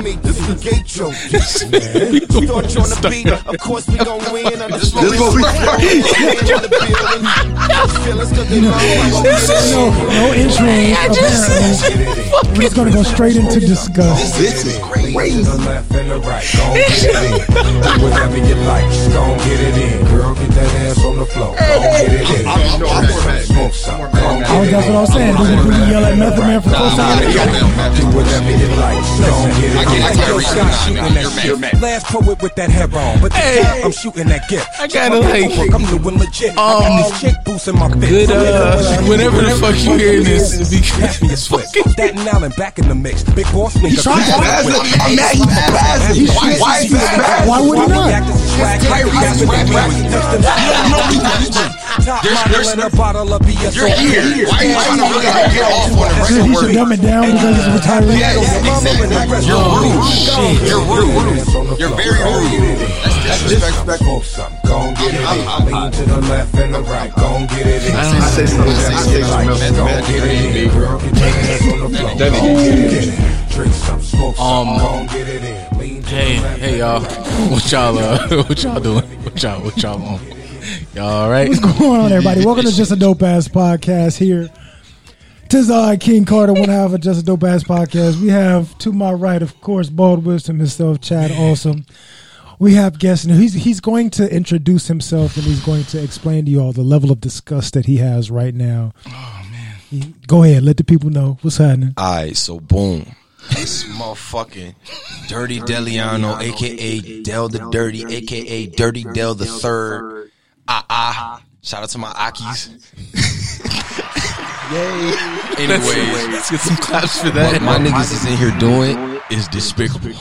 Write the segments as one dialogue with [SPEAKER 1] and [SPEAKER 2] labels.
[SPEAKER 1] Gate jokers, man. We thought you on the beat. Of course we gon' win. I'm just
[SPEAKER 2] This is what we
[SPEAKER 3] No, no intro. Apparently, we're just gonna go straight into disgust.
[SPEAKER 2] This is crazy.
[SPEAKER 4] The left and the right, gon' get it in. Whatever you like, gon' get it in. Girl, get that ass on the floor, gon' get it
[SPEAKER 2] I'm-
[SPEAKER 4] in.
[SPEAKER 2] I'm- I'm more mad.
[SPEAKER 4] Smoke some, gon' get
[SPEAKER 3] Oh,
[SPEAKER 4] it
[SPEAKER 3] that's
[SPEAKER 4] in.
[SPEAKER 3] what I'm saying. Does it really yell at Method Man for
[SPEAKER 2] Nah,
[SPEAKER 3] posting
[SPEAKER 2] nah,
[SPEAKER 3] it?
[SPEAKER 2] you're mad.
[SPEAKER 4] Do whatever you like, gon' get
[SPEAKER 2] I can't,
[SPEAKER 4] it in.
[SPEAKER 2] I can't read
[SPEAKER 4] Shot
[SPEAKER 2] you. Nah,
[SPEAKER 4] shooting
[SPEAKER 2] nah,
[SPEAKER 4] that
[SPEAKER 2] you're mad.
[SPEAKER 4] shit.
[SPEAKER 2] You're mad.
[SPEAKER 4] Last poet with that head on, but this
[SPEAKER 5] Hey.
[SPEAKER 4] time I'm shooting that gift.
[SPEAKER 5] I kinda
[SPEAKER 4] Check my
[SPEAKER 5] like
[SPEAKER 4] paperwork,
[SPEAKER 5] it.
[SPEAKER 4] I'm doing legit. I
[SPEAKER 5] Um,
[SPEAKER 4] got this chick boosting my bitch.
[SPEAKER 5] good, uh, whenever the fuck you hear this, it'd be-
[SPEAKER 4] Happy as fuck. Staten Island back in the mix. Big boss nigga.
[SPEAKER 3] tried to-
[SPEAKER 4] back with-
[SPEAKER 2] I'm mad. He's blasting.
[SPEAKER 3] He's
[SPEAKER 2] Why- Why is he
[SPEAKER 3] blasting.
[SPEAKER 2] blasting?
[SPEAKER 3] Why would he not?
[SPEAKER 2] You're here. Why are you trying to really get off on
[SPEAKER 3] He
[SPEAKER 2] a record
[SPEAKER 3] should- he should
[SPEAKER 2] word?
[SPEAKER 3] dumb it down because it's
[SPEAKER 2] Yeah,
[SPEAKER 3] retiring.
[SPEAKER 2] yeah, exactly. You're rude.
[SPEAKER 5] Shit.
[SPEAKER 2] You're rude. You're very rude. That's disrespectful.
[SPEAKER 4] Smoke some, gon' get it in.
[SPEAKER 2] I'm- I'm-
[SPEAKER 4] Lean to the left and the right, gon' get it in.
[SPEAKER 6] I say something. I say something else.
[SPEAKER 4] Gon'
[SPEAKER 6] Method
[SPEAKER 4] get
[SPEAKER 6] Man,
[SPEAKER 4] it in.
[SPEAKER 6] baby.
[SPEAKER 4] Girl, get your ass on the floor,
[SPEAKER 6] That
[SPEAKER 4] gon'
[SPEAKER 6] is-
[SPEAKER 4] get it in. Drink some, smoke some,
[SPEAKER 5] Um,
[SPEAKER 4] gon' get it in. Lean to the
[SPEAKER 5] Hey,
[SPEAKER 4] left
[SPEAKER 5] hey
[SPEAKER 4] and
[SPEAKER 5] y'all. What y'all uh what y'all doing? What y'all what y'all on? Y'all alright?
[SPEAKER 3] What's going on, everybody? Welcome to Just a Dope Ass Podcast here. Tis I, King Carter, one half of Just a Dope Ass Podcast. We have to my right, of course, Bald Wisdom himself, Chad Awesome. We have guests, and he's he's going to introduce himself, and he's going to explain to you all the level of disgust that he has right now. Oh man! Go ahead, let the people know what's happening.
[SPEAKER 6] All right, so boom. This motherfucking Dirty Deliano, aka Del the Dirty, aka Dirty Del the Third. Ah ah. Shout out to my Akis. Yay.
[SPEAKER 5] Anyways,
[SPEAKER 6] Anyways,
[SPEAKER 5] let's get some claps for
[SPEAKER 6] what
[SPEAKER 5] that.
[SPEAKER 6] my niggas is in here doing is despicable.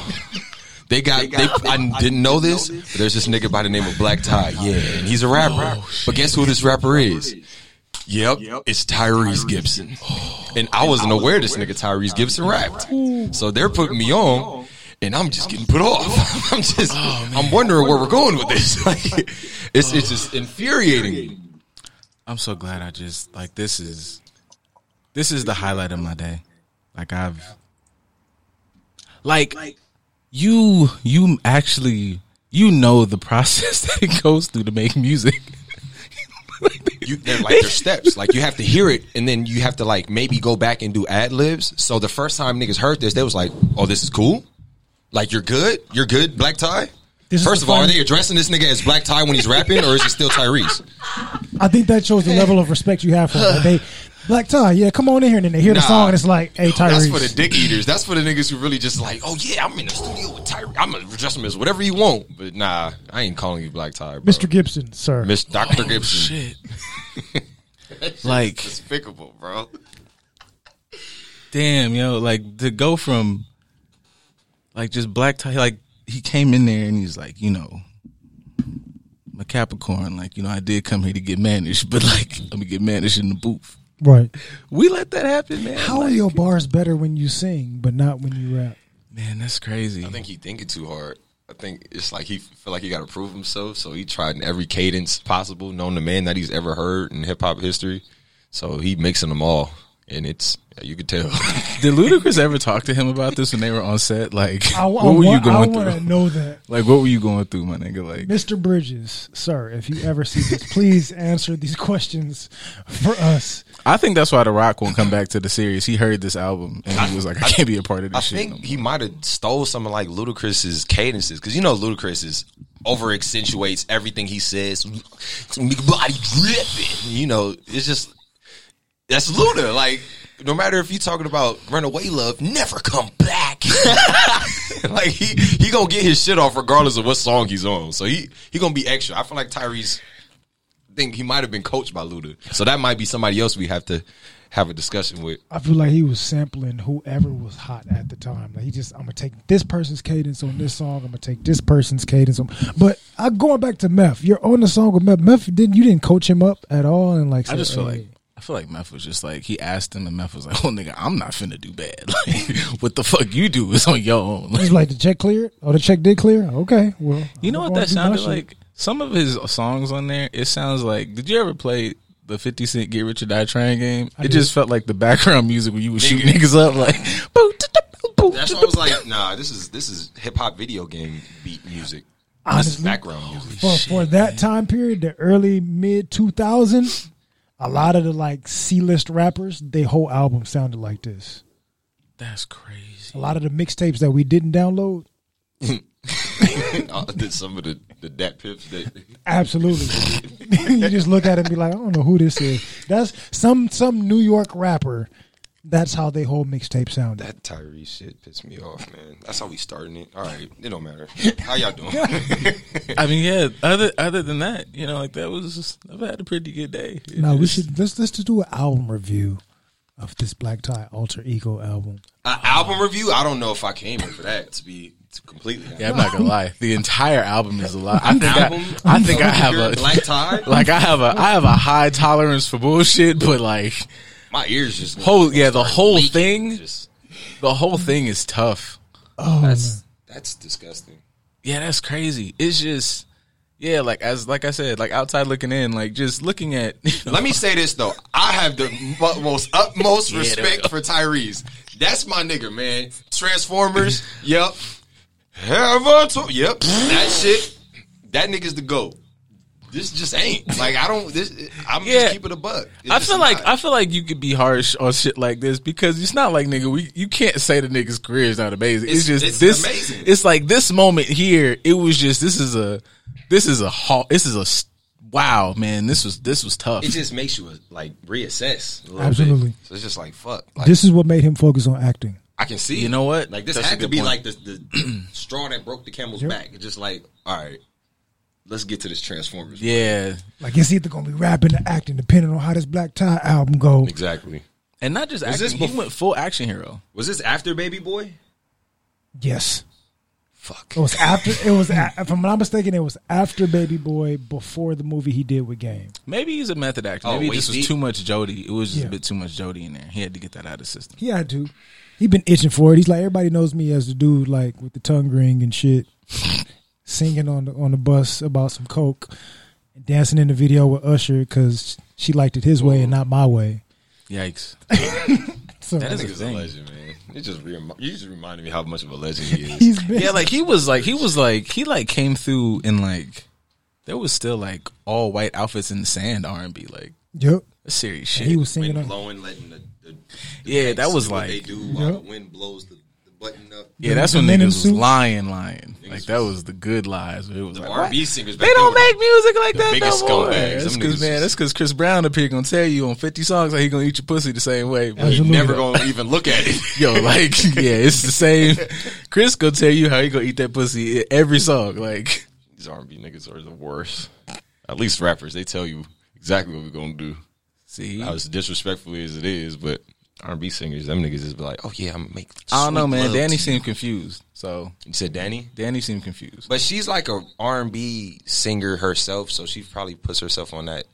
[SPEAKER 6] They got. They, I didn't know this. But there's this nigga by the name of Black Tie. Yeah, and he's a rapper. but guess who this rapper is? Oh, Yep, it's Tyrese Oh, Gibson. And I wasn't aware this nigga Tyrese Gibson rapped. So they're putting me on, and I'm just getting put off. I'm just.
[SPEAKER 3] Oh,
[SPEAKER 6] I'm wondering where we're going with this. Like, it's it's just infuriating.
[SPEAKER 5] I'm so glad I just like this is this is the highlight of my day. Like I've like you you actually you know the process that it goes through to make music.
[SPEAKER 6] you they're like their steps. Like you have to hear it, and then you have to like maybe go back and do ad libs. So the first time niggas heard this, they was like, "Oh, this is cool. Like you're good. You're good. Black tie."
[SPEAKER 3] This is
[SPEAKER 6] First
[SPEAKER 3] the
[SPEAKER 6] of all, are
[SPEAKER 3] fun-
[SPEAKER 6] they addressing this nigga as Black Tie when he's rapping, or is it still Tyrese?
[SPEAKER 3] I think that shows the level of respect you have for him. They, Black Tie, yeah, come on in here, and then they hear the
[SPEAKER 6] Nah.
[SPEAKER 3] song, and it's like, hey,
[SPEAKER 6] That's
[SPEAKER 3] Tyrese,
[SPEAKER 6] for the dick eaters. That's for the niggas who really just like, oh yeah, I'm in the studio with Tyrese. I'm gonna address him as whatever you want, but nah, I ain't calling you Black Tie, bro.
[SPEAKER 3] Mr. Gibson, sir.
[SPEAKER 6] Miss Doctor Gibson.
[SPEAKER 5] Oh, Shit. like
[SPEAKER 6] Despicable, bro.
[SPEAKER 5] damn, yo, like to go from like just black tie, like he came in there and he's like, you know, I'm a Capricorn, like you know, I did come here to get managed, but like let me get managed in the booth.
[SPEAKER 3] Right.
[SPEAKER 5] We let that happen, man.
[SPEAKER 3] How are
[SPEAKER 5] Like,
[SPEAKER 3] your bars better when you sing, but not when you rap?
[SPEAKER 5] man? That's crazy.
[SPEAKER 6] I think he thinking too hard. I think it's like he feel like he got to prove himself, so he tried in every cadence possible, known to man that he's ever heard in hip hop history. So he mixing them all, and it's you could tell.
[SPEAKER 5] Did Ludacris ever talk to him about this when they were on set? Like,
[SPEAKER 3] I,
[SPEAKER 5] what
[SPEAKER 3] I
[SPEAKER 5] were you
[SPEAKER 3] want- I
[SPEAKER 5] going
[SPEAKER 3] want
[SPEAKER 5] through?
[SPEAKER 3] to know that.
[SPEAKER 5] Like, what were you going through, my nigga? Like,
[SPEAKER 3] Mr. Bridges, sir, if you ever see this, please answer these questions for us.
[SPEAKER 5] I think that's why The Rock won't come back to the series. He heard this album and he was like, I, can't be a part of this
[SPEAKER 6] I
[SPEAKER 5] shit. no
[SPEAKER 6] think
[SPEAKER 5] more.
[SPEAKER 6] he might have stole some of like Ludacris's cadences because you know Ludacris is over accentuates everything he says. Nigga Body dripping, you know. It's just that's Luda. Like no matter if you're talking about runaway love, never come back. like he he gonna get his shit off regardless of what song he's on. So he he gonna be extra. I feel like Tyrese think he might have been coached by Luda. So that might be somebody else we have to have a discussion with.
[SPEAKER 3] I feel like he was sampling whoever was hot at the time. Like he just, I'm gonna take this person's cadence on this song. I'm gonna take this person's cadence on. But I going back to Meth. You're on the song with Meth. Meth didn't you didn't coach him up at all, and like
[SPEAKER 5] I
[SPEAKER 3] said,
[SPEAKER 5] just feel
[SPEAKER 3] "Hey."
[SPEAKER 5] like I feel like Meth was just like he asked him, and Meth was like, "Oh nigga, I'm not finna do bad. Like, what the fuck you do is on your own." Like,
[SPEAKER 3] he's like the check cleared. Oh, the check did clear. Okay, well,
[SPEAKER 5] you
[SPEAKER 3] I'm
[SPEAKER 5] know what
[SPEAKER 3] gonna
[SPEAKER 5] that
[SPEAKER 3] do my
[SPEAKER 5] sounded
[SPEAKER 3] shit.
[SPEAKER 5] like? Some of his songs on there, it sounds like. Did you ever play the Fifty Cent Get Rich or Die Trying game? it just felt like the background music when you were shooting niggas up, like. "Boo, da, da, boo, boop.
[SPEAKER 6] That's why I was like, nah, this is this is hip hop video game beat music. this is
[SPEAKER 3] Honestly,
[SPEAKER 6] background music.
[SPEAKER 3] for, for that time period, the early mid 2000s, a lot of the like C list rappers, they whole album sounded like this.
[SPEAKER 5] That's crazy.
[SPEAKER 3] A lot of the mixtapes that we didn't download,
[SPEAKER 6] Uh, did Some of the the dat pips that
[SPEAKER 3] absolutely. you just look at it and be like, I don't know who this is. That's some some New York rapper. That's how they whole mixtape sounded.
[SPEAKER 6] that Tyree shit pissed me off, man. That's how we starting it. All right, it don't matter. How y'all doing?
[SPEAKER 5] I mean, yeah. Other other than that, you know, like that was. Just, I've had a pretty good day. It
[SPEAKER 3] No, we
[SPEAKER 5] just-
[SPEAKER 3] should let's let's just do an album review of this Black Tie Alter Ego album.
[SPEAKER 6] An album review? I don't know if I came here for that. To be to completely honest.
[SPEAKER 5] Yeah, I'm not gonna lie. The entire album is a lot. I think
[SPEAKER 6] Album?
[SPEAKER 5] I, I think I have
[SPEAKER 6] Your
[SPEAKER 5] a
[SPEAKER 6] black tie.
[SPEAKER 5] like I have a I have a high tolerance for bullshit, but like
[SPEAKER 6] My ears just
[SPEAKER 5] whole yeah, the whole thing
[SPEAKER 6] Just,
[SPEAKER 5] the whole thing is tough.
[SPEAKER 6] that's that's disgusting.
[SPEAKER 5] Yeah, that's crazy. It's just yeah, like as like I said, like outside looking in, like just looking at
[SPEAKER 6] Let me say this though. I have the mo- most utmost
[SPEAKER 5] Yeah, there we
[SPEAKER 6] respect
[SPEAKER 5] go.
[SPEAKER 6] for Tyrese. That's my nigga, man. Transformers. yep. Have a to- yep. that shit. That nigga's the goat. This just ain't like I don't. This I'm
[SPEAKER 5] Yeah.
[SPEAKER 6] just keeping a buck. It's
[SPEAKER 5] I
[SPEAKER 6] just
[SPEAKER 5] feel like
[SPEAKER 6] not.
[SPEAKER 5] I feel like you could be harsh on shit like this because it's not like nigga we you can't say the nigga's career is not amazing. It's,
[SPEAKER 6] It's-
[SPEAKER 5] just
[SPEAKER 6] it's
[SPEAKER 5] this
[SPEAKER 6] amazing.
[SPEAKER 5] it's like this moment here it was just this is a this is a ha- this is a s- wow man this was this was tough.
[SPEAKER 6] it just makes you like reassess. A little bit.
[SPEAKER 3] Absolutely.
[SPEAKER 6] So it's just like fuck. Like,
[SPEAKER 3] This is what made him focus on acting.
[SPEAKER 6] I can see.
[SPEAKER 5] You know what?
[SPEAKER 6] Like this
[SPEAKER 5] That's a
[SPEAKER 6] had to
[SPEAKER 5] good
[SPEAKER 6] be
[SPEAKER 5] point.
[SPEAKER 6] like the, the straw that broke the camel's back. It's just like, all right, let's get to this Transformers.
[SPEAKER 5] yeah.
[SPEAKER 3] Like it's either gonna be rapping or acting, depending on how this Black Tie album go.
[SPEAKER 6] Exactly.
[SPEAKER 5] And not just
[SPEAKER 6] Was
[SPEAKER 5] acting,
[SPEAKER 6] this
[SPEAKER 5] he
[SPEAKER 6] bef-
[SPEAKER 5] went full action hero.
[SPEAKER 6] Was this after Baby Boy?
[SPEAKER 3] Yes,
[SPEAKER 6] Fuck.
[SPEAKER 3] it was after. It was a- if I'm not mistaken, it was after Baby Boy, before the movie he did with Game.
[SPEAKER 5] Maybe he's a method actor.
[SPEAKER 6] Oh,
[SPEAKER 5] Maybe
[SPEAKER 6] wait,
[SPEAKER 5] this was
[SPEAKER 6] he-
[SPEAKER 5] too much Jody. It was just
[SPEAKER 3] Yeah.
[SPEAKER 5] a bit too much Jody in there. He had to get that out of his system.
[SPEAKER 3] He had to. He been itching for it. He's like everybody knows me as the dude like with the tongue ring and shit, singing on the on the bus about some coke, and dancing in the video with Usher because she liked it his way and not my way.
[SPEAKER 5] Yikes.
[SPEAKER 3] So
[SPEAKER 5] That is a
[SPEAKER 6] He's a
[SPEAKER 5] thing.
[SPEAKER 6] legend, man. It just re- you just reminded me how much of a legend he is.
[SPEAKER 3] he's been
[SPEAKER 5] Yeah, like he was like he was like he like came through and like there was still like all white outfits in the sand R and B like
[SPEAKER 3] yep.
[SPEAKER 5] that's serious shit.
[SPEAKER 3] He was singing
[SPEAKER 6] wind
[SPEAKER 3] on
[SPEAKER 6] blowing, letting the, the, the
[SPEAKER 5] Yeah,
[SPEAKER 6] banks
[SPEAKER 5] that was
[SPEAKER 6] do what
[SPEAKER 5] like-
[SPEAKER 6] they do while the wind blows the, the button up.
[SPEAKER 5] yeah, that's
[SPEAKER 3] the
[SPEAKER 5] when niggas
[SPEAKER 3] linen
[SPEAKER 5] was
[SPEAKER 3] suits.
[SPEAKER 5] lying, lying. Like that was the good lies. It was
[SPEAKER 6] The
[SPEAKER 5] like,
[SPEAKER 6] R and
[SPEAKER 5] what?
[SPEAKER 6] B singers. Back
[SPEAKER 5] They don't
[SPEAKER 6] then were-
[SPEAKER 5] make music like
[SPEAKER 6] the
[SPEAKER 5] that
[SPEAKER 6] biggest
[SPEAKER 5] no more.
[SPEAKER 6] scumbags.
[SPEAKER 5] That's
[SPEAKER 6] Them
[SPEAKER 5] because
[SPEAKER 6] niggas
[SPEAKER 5] man,
[SPEAKER 6] is-
[SPEAKER 5] that's because Chris Brown up here gonna tell you on fifty songs like he gonna eat your pussy the same way. But
[SPEAKER 6] You
[SPEAKER 3] Absolutely.
[SPEAKER 6] never gonna even look at it.
[SPEAKER 5] yo, like yeah, it's the same. Chris gonna tell you how he gonna eat that pussy in every song. Like
[SPEAKER 6] These R and B niggas are the worst. At least rappers, they tell you exactly what we're gonna do.
[SPEAKER 5] see,
[SPEAKER 6] as disrespectfully as it is, but R&B singers, them niggas just be like, oh yeah, I'm gonna make.
[SPEAKER 5] I don't know,
[SPEAKER 6] sweet
[SPEAKER 5] man.
[SPEAKER 6] love to
[SPEAKER 5] Danny
[SPEAKER 6] you."
[SPEAKER 5] seemed confused. So
[SPEAKER 6] You said Danny,
[SPEAKER 5] Danny seemed confused.
[SPEAKER 6] but she's like a R&B singer herself, so she probably puts herself on that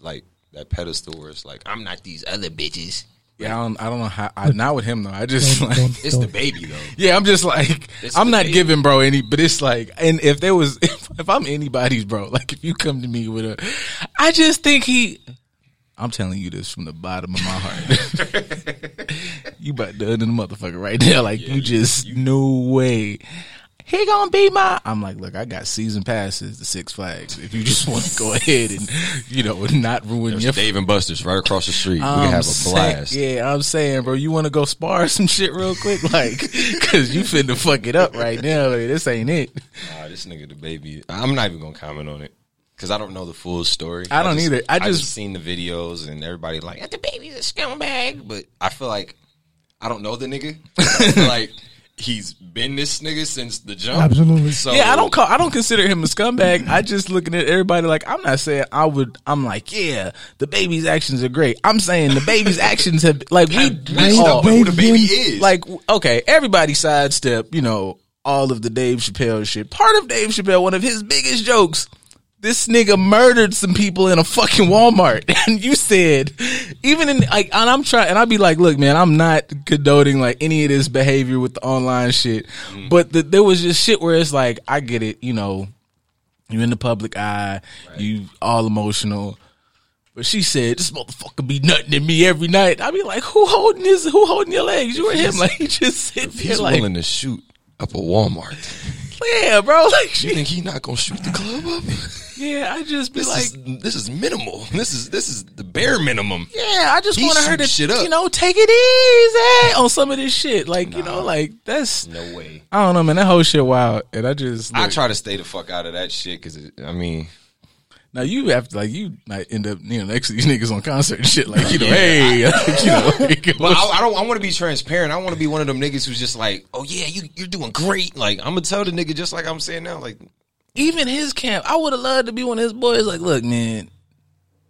[SPEAKER 6] like that pedestal where it's like, I'm not these other bitches.
[SPEAKER 5] Yeah, I don't, I don't know how. I, not with him though. I just
[SPEAKER 3] Don't-
[SPEAKER 5] like,
[SPEAKER 3] don't-
[SPEAKER 6] It's the baby though.
[SPEAKER 5] yeah, I'm just like,
[SPEAKER 6] It's
[SPEAKER 5] I'm
[SPEAKER 6] the
[SPEAKER 5] not
[SPEAKER 6] baby.
[SPEAKER 5] giving bro any. But it's like, and if there was, if, if I'm anybody's bro, like if you come to me with a, I just think he. I'm telling you this from the bottom of my heart. you about to end the motherfucker right there. Like you just no way. He gonna be my. I'm like, look, I got season passes to Six Flags. If you just want to go ahead and, you know, not ruin your
[SPEAKER 6] Dave and Buster's right across the street. we
[SPEAKER 5] I'm
[SPEAKER 6] can have a
[SPEAKER 5] saying-
[SPEAKER 6] blast.
[SPEAKER 5] Um, yeah, I'm saying, bro, you want to go spar some shit real quick, like, because you finna fuck it up right now. Like, this ain't it.
[SPEAKER 6] Nah, this nigga the baby. I'm not even gonna comment on it because I don't know the full story.
[SPEAKER 5] I don't
[SPEAKER 6] just-
[SPEAKER 5] either. I just-
[SPEAKER 6] seen the videos and everybody like "Yeah, the baby's a scumbag, but I feel like I don't know the nigga. I feel like he's been this nigga since the jump.
[SPEAKER 3] Absolutely.
[SPEAKER 6] So
[SPEAKER 5] Yeah, I don't call, I don't consider him a scumbag. I just looking at everybody like I'm not saying I would. I'm like, yeah, the baby's actions are great. I'm saying the baby's actions have like we, we
[SPEAKER 6] That's
[SPEAKER 5] all
[SPEAKER 6] not who the baby
[SPEAKER 3] Baby-
[SPEAKER 6] is.
[SPEAKER 5] like okay, everybody sidestep. You know all of the Dave Chappelle shit. Part of Dave Chappelle, one of his biggest jokes. This nigga murdered some people in a fucking Walmart, and you said, even in like, and I'm trying, and I'd be like, look, man, I'm not condoning like any of this behavior with the online shit, but the, there was just shit where it's like, I get it, you know, you're in the public eye, you all emotional, But she said, "This motherfucker be nutting at me every night." I be like, "Who holding his? Who holding your legs? You or him?" Like he just sitting there,
[SPEAKER 7] He's
[SPEAKER 5] like,
[SPEAKER 7] willing to shoot up a Walmart.
[SPEAKER 5] "Yeah, bro." Like
[SPEAKER 7] You
[SPEAKER 5] she,
[SPEAKER 7] think he not gonna shoot the club up?
[SPEAKER 5] yeah, I just be
[SPEAKER 7] This
[SPEAKER 5] like,
[SPEAKER 7] is this is minimal. This is this is the bare minimum.
[SPEAKER 5] "Yeah, I just
[SPEAKER 7] He
[SPEAKER 5] wanted her
[SPEAKER 7] shoot
[SPEAKER 5] to,
[SPEAKER 7] shit up.
[SPEAKER 5] you know, take it easy on some of this shit." Like you know, like that's
[SPEAKER 6] No way.
[SPEAKER 5] I don't know, man. That whole shit wild, and I just
[SPEAKER 6] I
[SPEAKER 5] look,
[SPEAKER 6] try to stay the fuck out of that shit because I mean,
[SPEAKER 5] now you have to like you might end up you know next to these niggas on concert and shit like you know hey like, you know like,
[SPEAKER 6] but I, I don't. I want to be transparent. I want to be one of them niggas who's just like, oh yeah, you you're doing great. Like I'm gonna tell the nigga just like I'm saying now. Like
[SPEAKER 5] even his camp, I would have loved to be one of his boys. Like, look, man,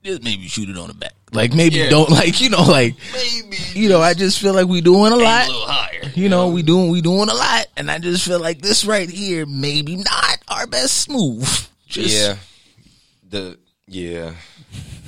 [SPEAKER 5] just maybe shoot it on the back. Like, maybe
[SPEAKER 6] Yeah.
[SPEAKER 5] don't like you know, like
[SPEAKER 6] maybe
[SPEAKER 5] you know. I just feel like we doing a
[SPEAKER 6] a
[SPEAKER 5] lot.
[SPEAKER 6] little higher.
[SPEAKER 5] You know, we doing we doing a lot, and I just feel like this right here, maybe not our best move. Just,
[SPEAKER 6] yeah. The yeah.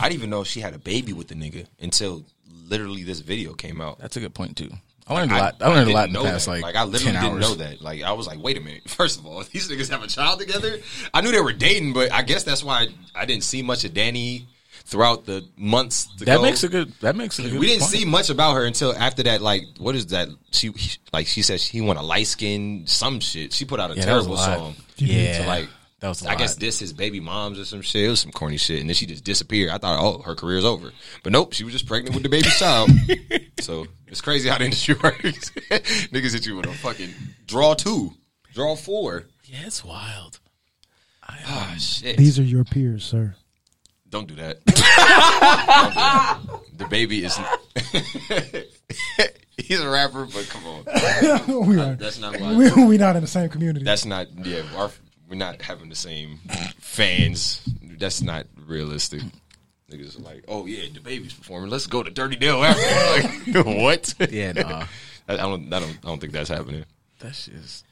[SPEAKER 6] I didn't even know she had a baby with the nigga until literally this video came out.
[SPEAKER 5] that's a good point too. I learned
[SPEAKER 6] I-
[SPEAKER 5] a lot. I, learned a
[SPEAKER 6] didn't
[SPEAKER 5] lot in the
[SPEAKER 6] know
[SPEAKER 5] past
[SPEAKER 6] that.
[SPEAKER 5] like,
[SPEAKER 6] I literally
[SPEAKER 5] 10
[SPEAKER 6] didn't
[SPEAKER 5] hours.
[SPEAKER 6] know that. Like I was like, wait a minute. First of all, these niggas have a child together. I knew they were dating, but I guess that's why I, I didn't see much of Danny throughout the months. To
[SPEAKER 5] That
[SPEAKER 6] go.
[SPEAKER 5] makes a good. That makes a good.
[SPEAKER 6] We didn't
[SPEAKER 5] point.
[SPEAKER 6] see much about her until after that. Like, what is that? She he- like she said she want a light skin some shit. She put out a
[SPEAKER 5] Yeah, that was a
[SPEAKER 6] terrible
[SPEAKER 5] lot.
[SPEAKER 6] song.
[SPEAKER 5] Yeah.
[SPEAKER 6] So, like
[SPEAKER 5] That was a
[SPEAKER 6] I guess
[SPEAKER 5] lot.
[SPEAKER 6] this his baby moms or some shit. It was some corny shit, and then she just disappeared. I thought, oh, her career's over, but nope, she was just pregnant with the baby child. So it's crazy how the industry works. Niggas hit you with a fucking draw two, draw four.
[SPEAKER 5] Yeah, it's wild.
[SPEAKER 6] Ah, shit.
[SPEAKER 3] These are your peers, sir.
[SPEAKER 6] Don't do that. Don't do that. The baby is. He's a rapper, but come on.
[SPEAKER 3] we are.
[SPEAKER 6] That's not why.
[SPEAKER 3] We we not in the same community.
[SPEAKER 6] That's not. Yeah, our, we're not having the same fans. That's not realistic. Niggas are like, oh yeah, the baby's performing. Let's go to Dirty Dale after. Like, what?
[SPEAKER 5] Yeah, nah.
[SPEAKER 6] I, I don't. I don't. I don't think that's happening.
[SPEAKER 5] That's just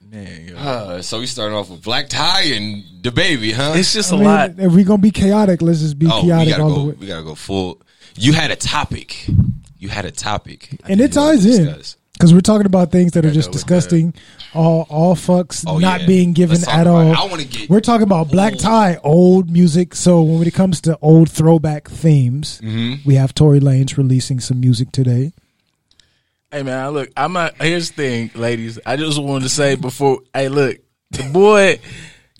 [SPEAKER 5] man. yo.
[SPEAKER 6] Uh, so we starting off with Black Tie and the baby, huh?
[SPEAKER 5] It's just
[SPEAKER 3] I
[SPEAKER 5] a
[SPEAKER 3] mean,
[SPEAKER 5] lot.
[SPEAKER 3] if we gonna be chaotic, let's just be
[SPEAKER 6] oh, we
[SPEAKER 3] chaotic
[SPEAKER 6] gotta
[SPEAKER 3] all
[SPEAKER 6] go.
[SPEAKER 3] the way.
[SPEAKER 6] We gotta go full. You had a topic. You had a topic,
[SPEAKER 3] and it ties in because we're talking about things that are just disgusting, all all fucks
[SPEAKER 6] Oh,
[SPEAKER 3] not
[SPEAKER 6] yeah.
[SPEAKER 3] being given
[SPEAKER 6] Let's talk
[SPEAKER 3] at
[SPEAKER 6] about it.
[SPEAKER 3] all.
[SPEAKER 6] I wanna get-
[SPEAKER 3] we're talking about black tie, old music. So when it comes to old throwback themes,
[SPEAKER 6] Mm-hmm.
[SPEAKER 3] we have Tory Lanez releasing some music today.
[SPEAKER 5] Hey man, I look, I'm not. Here's the thing, ladies. I just wanted to say before. Hey, look, the boy.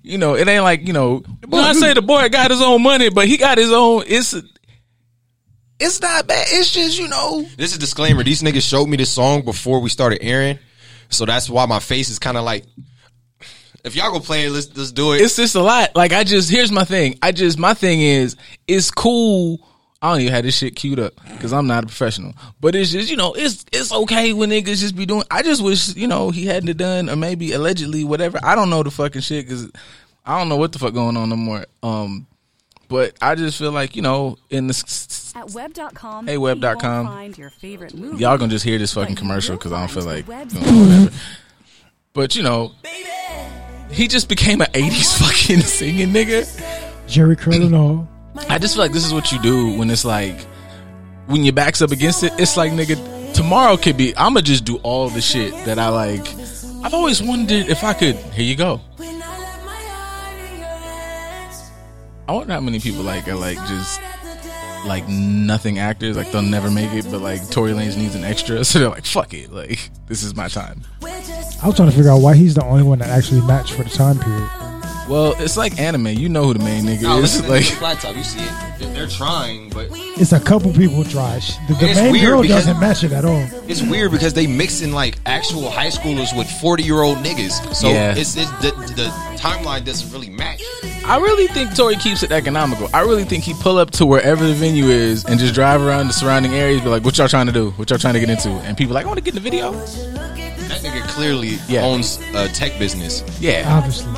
[SPEAKER 5] You know, it ain't like you know. when I say the boy got his own money, but he got his own. It's it's not bad. It's just you know.
[SPEAKER 6] This is a disclaimer. These niggas showed me this song before we started airing, so that's why my face is kind of like. If y'all go play it, let's let's do it.
[SPEAKER 5] It's just a lot. Like I just here's my thing. I just my thing is it's cool. I don't even have this shit queued up because I'm not a professional. But it's just you know it's it's okay when niggas just be doing. I just wish you know he hadn't done or maybe allegedly whatever. I don't know the fucking shit because I don't know what the fuck going on no more. Um, but I just feel like you know in the s- s-
[SPEAKER 8] At web.com,
[SPEAKER 5] Hey, web.com.
[SPEAKER 8] you won't find your favorite movie.
[SPEAKER 5] y'all gonna just hear this fucking commercial because I don't feel like.
[SPEAKER 8] Website.
[SPEAKER 5] doing whatever. But you know, he just became an '80s fucking singing nigga.
[SPEAKER 3] Jerry Curl and all.
[SPEAKER 5] I just feel like this is what you do when it's like when your back's up against it. It's like nigga, tomorrow could be. I'ma just do all the shit that I like. I've always wondered if I could. Here you go. I wonder how many people like are like just like nothing actors. Like they'll never make it, but like Tory Lanez needs an extra, so they're like, fuck it. Like this is my time.
[SPEAKER 3] I was trying to figure out why he's the only one that actually matched for the time period.
[SPEAKER 5] Well, it's like anime. You know who the main
[SPEAKER 6] No,
[SPEAKER 5] nigga
[SPEAKER 6] listen
[SPEAKER 5] is.
[SPEAKER 6] to
[SPEAKER 5] Like
[SPEAKER 6] this Black Top. You see it. They're- They're trying, but
[SPEAKER 3] It's a couple people trash. The, the
[SPEAKER 6] It's
[SPEAKER 3] main
[SPEAKER 6] weird
[SPEAKER 3] girl
[SPEAKER 6] because-
[SPEAKER 3] doesn't match it at all.
[SPEAKER 6] it's weird because they mixing like actual high schoolers with forty year old niggas. So
[SPEAKER 5] Yeah.
[SPEAKER 6] it's, it's the, the timeline doesn't really match.
[SPEAKER 5] I really think Tory keeps it economical. I really think he pull up to wherever the venue is and just drive around the surrounding areas, be like, "What y'all trying to do? What y'all trying to get into?" And people like, "I want to get in the video."
[SPEAKER 6] That nigga clearly
[SPEAKER 5] Yeah.
[SPEAKER 6] owns a tech business.
[SPEAKER 5] Yeah,
[SPEAKER 3] Obviously,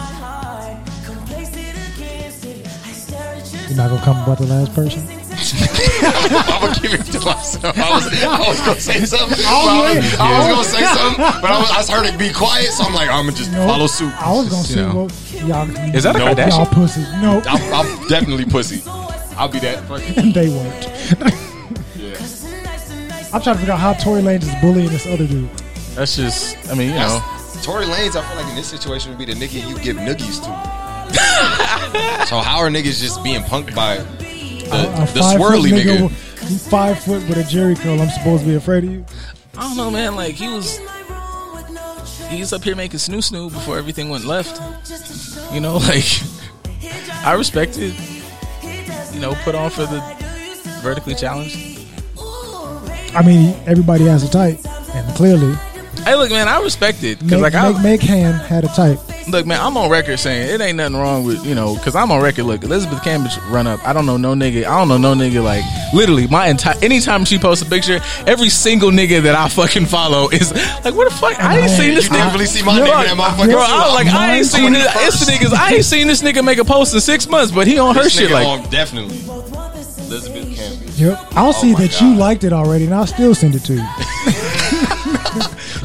[SPEAKER 3] you're not gonna come about the last person.
[SPEAKER 6] I'm gonna keep it to myself. I was, I was gonna say something. but I was, I was gonna say something, but I was, I just heard it be quiet, so I'm like, I'm gonna just
[SPEAKER 3] No,
[SPEAKER 6] follow suit.
[SPEAKER 3] I was gonna say,
[SPEAKER 5] You know.
[SPEAKER 3] well, y'all,
[SPEAKER 5] Is that a
[SPEAKER 3] y'all
[SPEAKER 5] Kardashian?
[SPEAKER 3] pussies. No,
[SPEAKER 6] I'm, I'm definitely pussy. I'll be that. fucking-
[SPEAKER 3] they weren't. I'm trying to figure out how Tory Lanez is bullying this other dude.
[SPEAKER 5] that's just. I mean, you know,
[SPEAKER 6] Tory Lanez, I feel like in this situation would be the nigga you give noogies to. so how are niggas just being punked by
[SPEAKER 3] a, a
[SPEAKER 6] the
[SPEAKER 3] five
[SPEAKER 6] swirly
[SPEAKER 3] foot
[SPEAKER 6] nigga.
[SPEAKER 3] with- five foot with a Jerry curl. I'm supposed to be afraid of you.
[SPEAKER 5] I don't know, man. Like he was, he was up here making snoo snoo before everything went left. You know, like I respect it. You know, put on for the vertically challenged.
[SPEAKER 3] I mean, everybody has a type, and clearly,
[SPEAKER 5] Hey, look, man, I respect
[SPEAKER 3] make,
[SPEAKER 5] it because like I
[SPEAKER 3] make, make hand had a type.
[SPEAKER 5] look, man, I'm on record saying it ain't nothing wrong with you know because I'm on record. Look, Elizabeth Cambridge run up. I don't know no nigga. I don't know no nigga. Like literally, my entire anytime she posts a picture, every single nigga that I fucking follow is like, where the fuck? I ain't
[SPEAKER 3] Man,
[SPEAKER 5] seen this
[SPEAKER 3] you
[SPEAKER 5] nigga.
[SPEAKER 6] definitely see my
[SPEAKER 5] You're
[SPEAKER 6] nigga
[SPEAKER 5] right.
[SPEAKER 6] in that motherfucker
[SPEAKER 5] Bro,
[SPEAKER 6] too.
[SPEAKER 5] I was like, I ain't seen this. It's the niggas. I ain't seen this nigga make a post in six months, but he on her
[SPEAKER 6] This
[SPEAKER 5] shit
[SPEAKER 6] nigga
[SPEAKER 5] like.
[SPEAKER 6] on- definitely. Elizabeth Campbell.
[SPEAKER 3] Yep.
[SPEAKER 6] Oh
[SPEAKER 3] I'll see that you liked it already, and I'll still send it to you.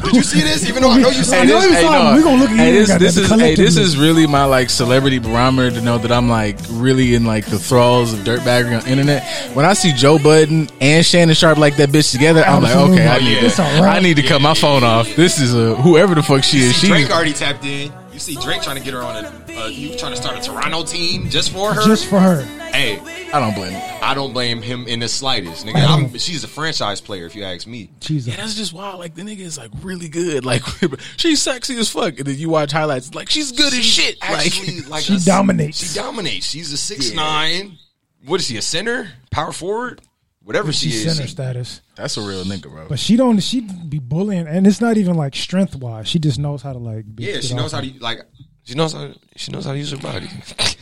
[SPEAKER 6] Did you see this? Even though I know you saw
[SPEAKER 3] I
[SPEAKER 5] Hey,
[SPEAKER 3] know
[SPEAKER 5] this-
[SPEAKER 3] you
[SPEAKER 5] hey,
[SPEAKER 3] saw him.
[SPEAKER 5] dog.
[SPEAKER 3] We gonna look at
[SPEAKER 5] Hey,
[SPEAKER 3] you
[SPEAKER 5] this,
[SPEAKER 3] goddamn
[SPEAKER 5] this is hey, this
[SPEAKER 3] collectively.
[SPEAKER 5] is really my like celebrity barometer to know that I'm like really in like the thralls of dirtbaggery on internet. When I see Joe Budden and Shannon Sharp like that bitch together, I'm like,
[SPEAKER 3] Absolutely.
[SPEAKER 5] okay, I
[SPEAKER 3] Oh,
[SPEAKER 5] need
[SPEAKER 3] yeah. It's
[SPEAKER 5] to,
[SPEAKER 3] a wrap.
[SPEAKER 5] I need to cut my phone off. This is a whoever the fuck she is.
[SPEAKER 6] See,
[SPEAKER 5] She
[SPEAKER 6] Drake already tapped in. You see Drake trying to get her on a. Uh, you trying to start a Toronto team just for her?
[SPEAKER 3] just for her.
[SPEAKER 6] hey,
[SPEAKER 5] I don't blame. her.
[SPEAKER 6] I don't blame him in the slightest, nigga. I'm, she's a franchise player, if you ask me.
[SPEAKER 3] Jesus.
[SPEAKER 5] Yeah, that's just wild. Like the nigga is like really good. Like she's sexy as fuck. And then you watch highlights, like she's good as shit.
[SPEAKER 6] Actually,
[SPEAKER 5] like
[SPEAKER 6] like,
[SPEAKER 3] she
[SPEAKER 6] a-
[SPEAKER 3] dominates.
[SPEAKER 6] She dominates. She's a six nine. What is she? A center, power forward, whatever she
[SPEAKER 3] She's
[SPEAKER 6] is.
[SPEAKER 3] center status,
[SPEAKER 5] that's a real nigga, bro.
[SPEAKER 3] but she don't. She be bullying, and it's not even like strength wise. She just knows how to like. Be
[SPEAKER 6] yeah, she knows how to like. She knows how. She knows how to use her body.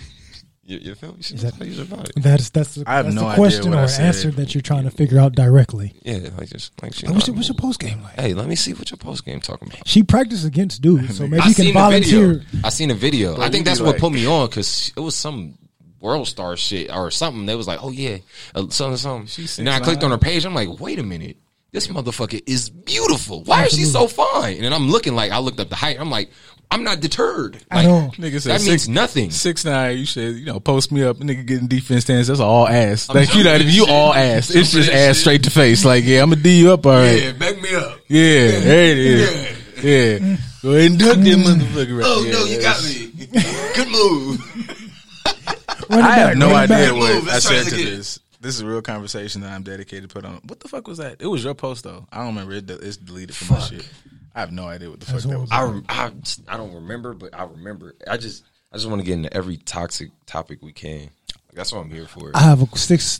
[SPEAKER 6] you, you feel me? She knows
[SPEAKER 3] that-
[SPEAKER 6] how to use her body.
[SPEAKER 3] That's that's the,
[SPEAKER 5] I have
[SPEAKER 3] that's
[SPEAKER 5] no
[SPEAKER 3] the
[SPEAKER 5] idea
[SPEAKER 3] question
[SPEAKER 5] what
[SPEAKER 3] or
[SPEAKER 5] I said.
[SPEAKER 3] answer that you're trying to figure out directly.
[SPEAKER 6] Yeah, like just like she.
[SPEAKER 3] What's your,
[SPEAKER 6] know-
[SPEAKER 3] what's your post game like?
[SPEAKER 6] hey, let me see what your post game talking about.
[SPEAKER 3] She practiced against dudes, so maybe
[SPEAKER 6] I
[SPEAKER 3] you can
[SPEAKER 6] seen the video.
[SPEAKER 3] volunteer.
[SPEAKER 6] I seen a video. I
[SPEAKER 5] you
[SPEAKER 6] think that's
[SPEAKER 5] be
[SPEAKER 6] what
[SPEAKER 5] like-
[SPEAKER 6] put me on because it was some world star shit or something. They was like, oh yeah, uh, something something.
[SPEAKER 5] She's
[SPEAKER 6] And then I clicked on her page. I'm like, wait a minute, this motherfucker is beautiful. Why is she so fine? And then I'm looking like I looked up the height. I'm like, I'm not deterred. Like,
[SPEAKER 3] all.
[SPEAKER 5] Nigga said
[SPEAKER 6] that
[SPEAKER 5] six-
[SPEAKER 6] means nothing.
[SPEAKER 5] Six nine, you said you know, post me up, nigga getting defense stance. That's all ass. Like you know, if you all ass, it's just ass straight to face. Like yeah, I'm gonna d you up, all right.
[SPEAKER 6] back me up.
[SPEAKER 5] Yeah, there it is. Yeah, go ahead and duck that motherfucker. Right there.
[SPEAKER 6] Oh, got me. Good move.
[SPEAKER 3] Run it
[SPEAKER 5] I
[SPEAKER 3] back,
[SPEAKER 5] have no
[SPEAKER 3] run it
[SPEAKER 5] idea
[SPEAKER 3] back.
[SPEAKER 5] what
[SPEAKER 6] Move,
[SPEAKER 5] I
[SPEAKER 6] let's try
[SPEAKER 5] said
[SPEAKER 6] it
[SPEAKER 5] to
[SPEAKER 6] again.
[SPEAKER 5] this. This is a real conversation that I'm dedicated to put on. What the fuck was that? It was your post though. I don't remember. It, de- it's deleted from my shit. I have no idea what the fuck that was.
[SPEAKER 6] I, rem- I I don't remember, but I remember. I just I just want to get into every toxic topic we can. That's what I'm here for.
[SPEAKER 3] I have a six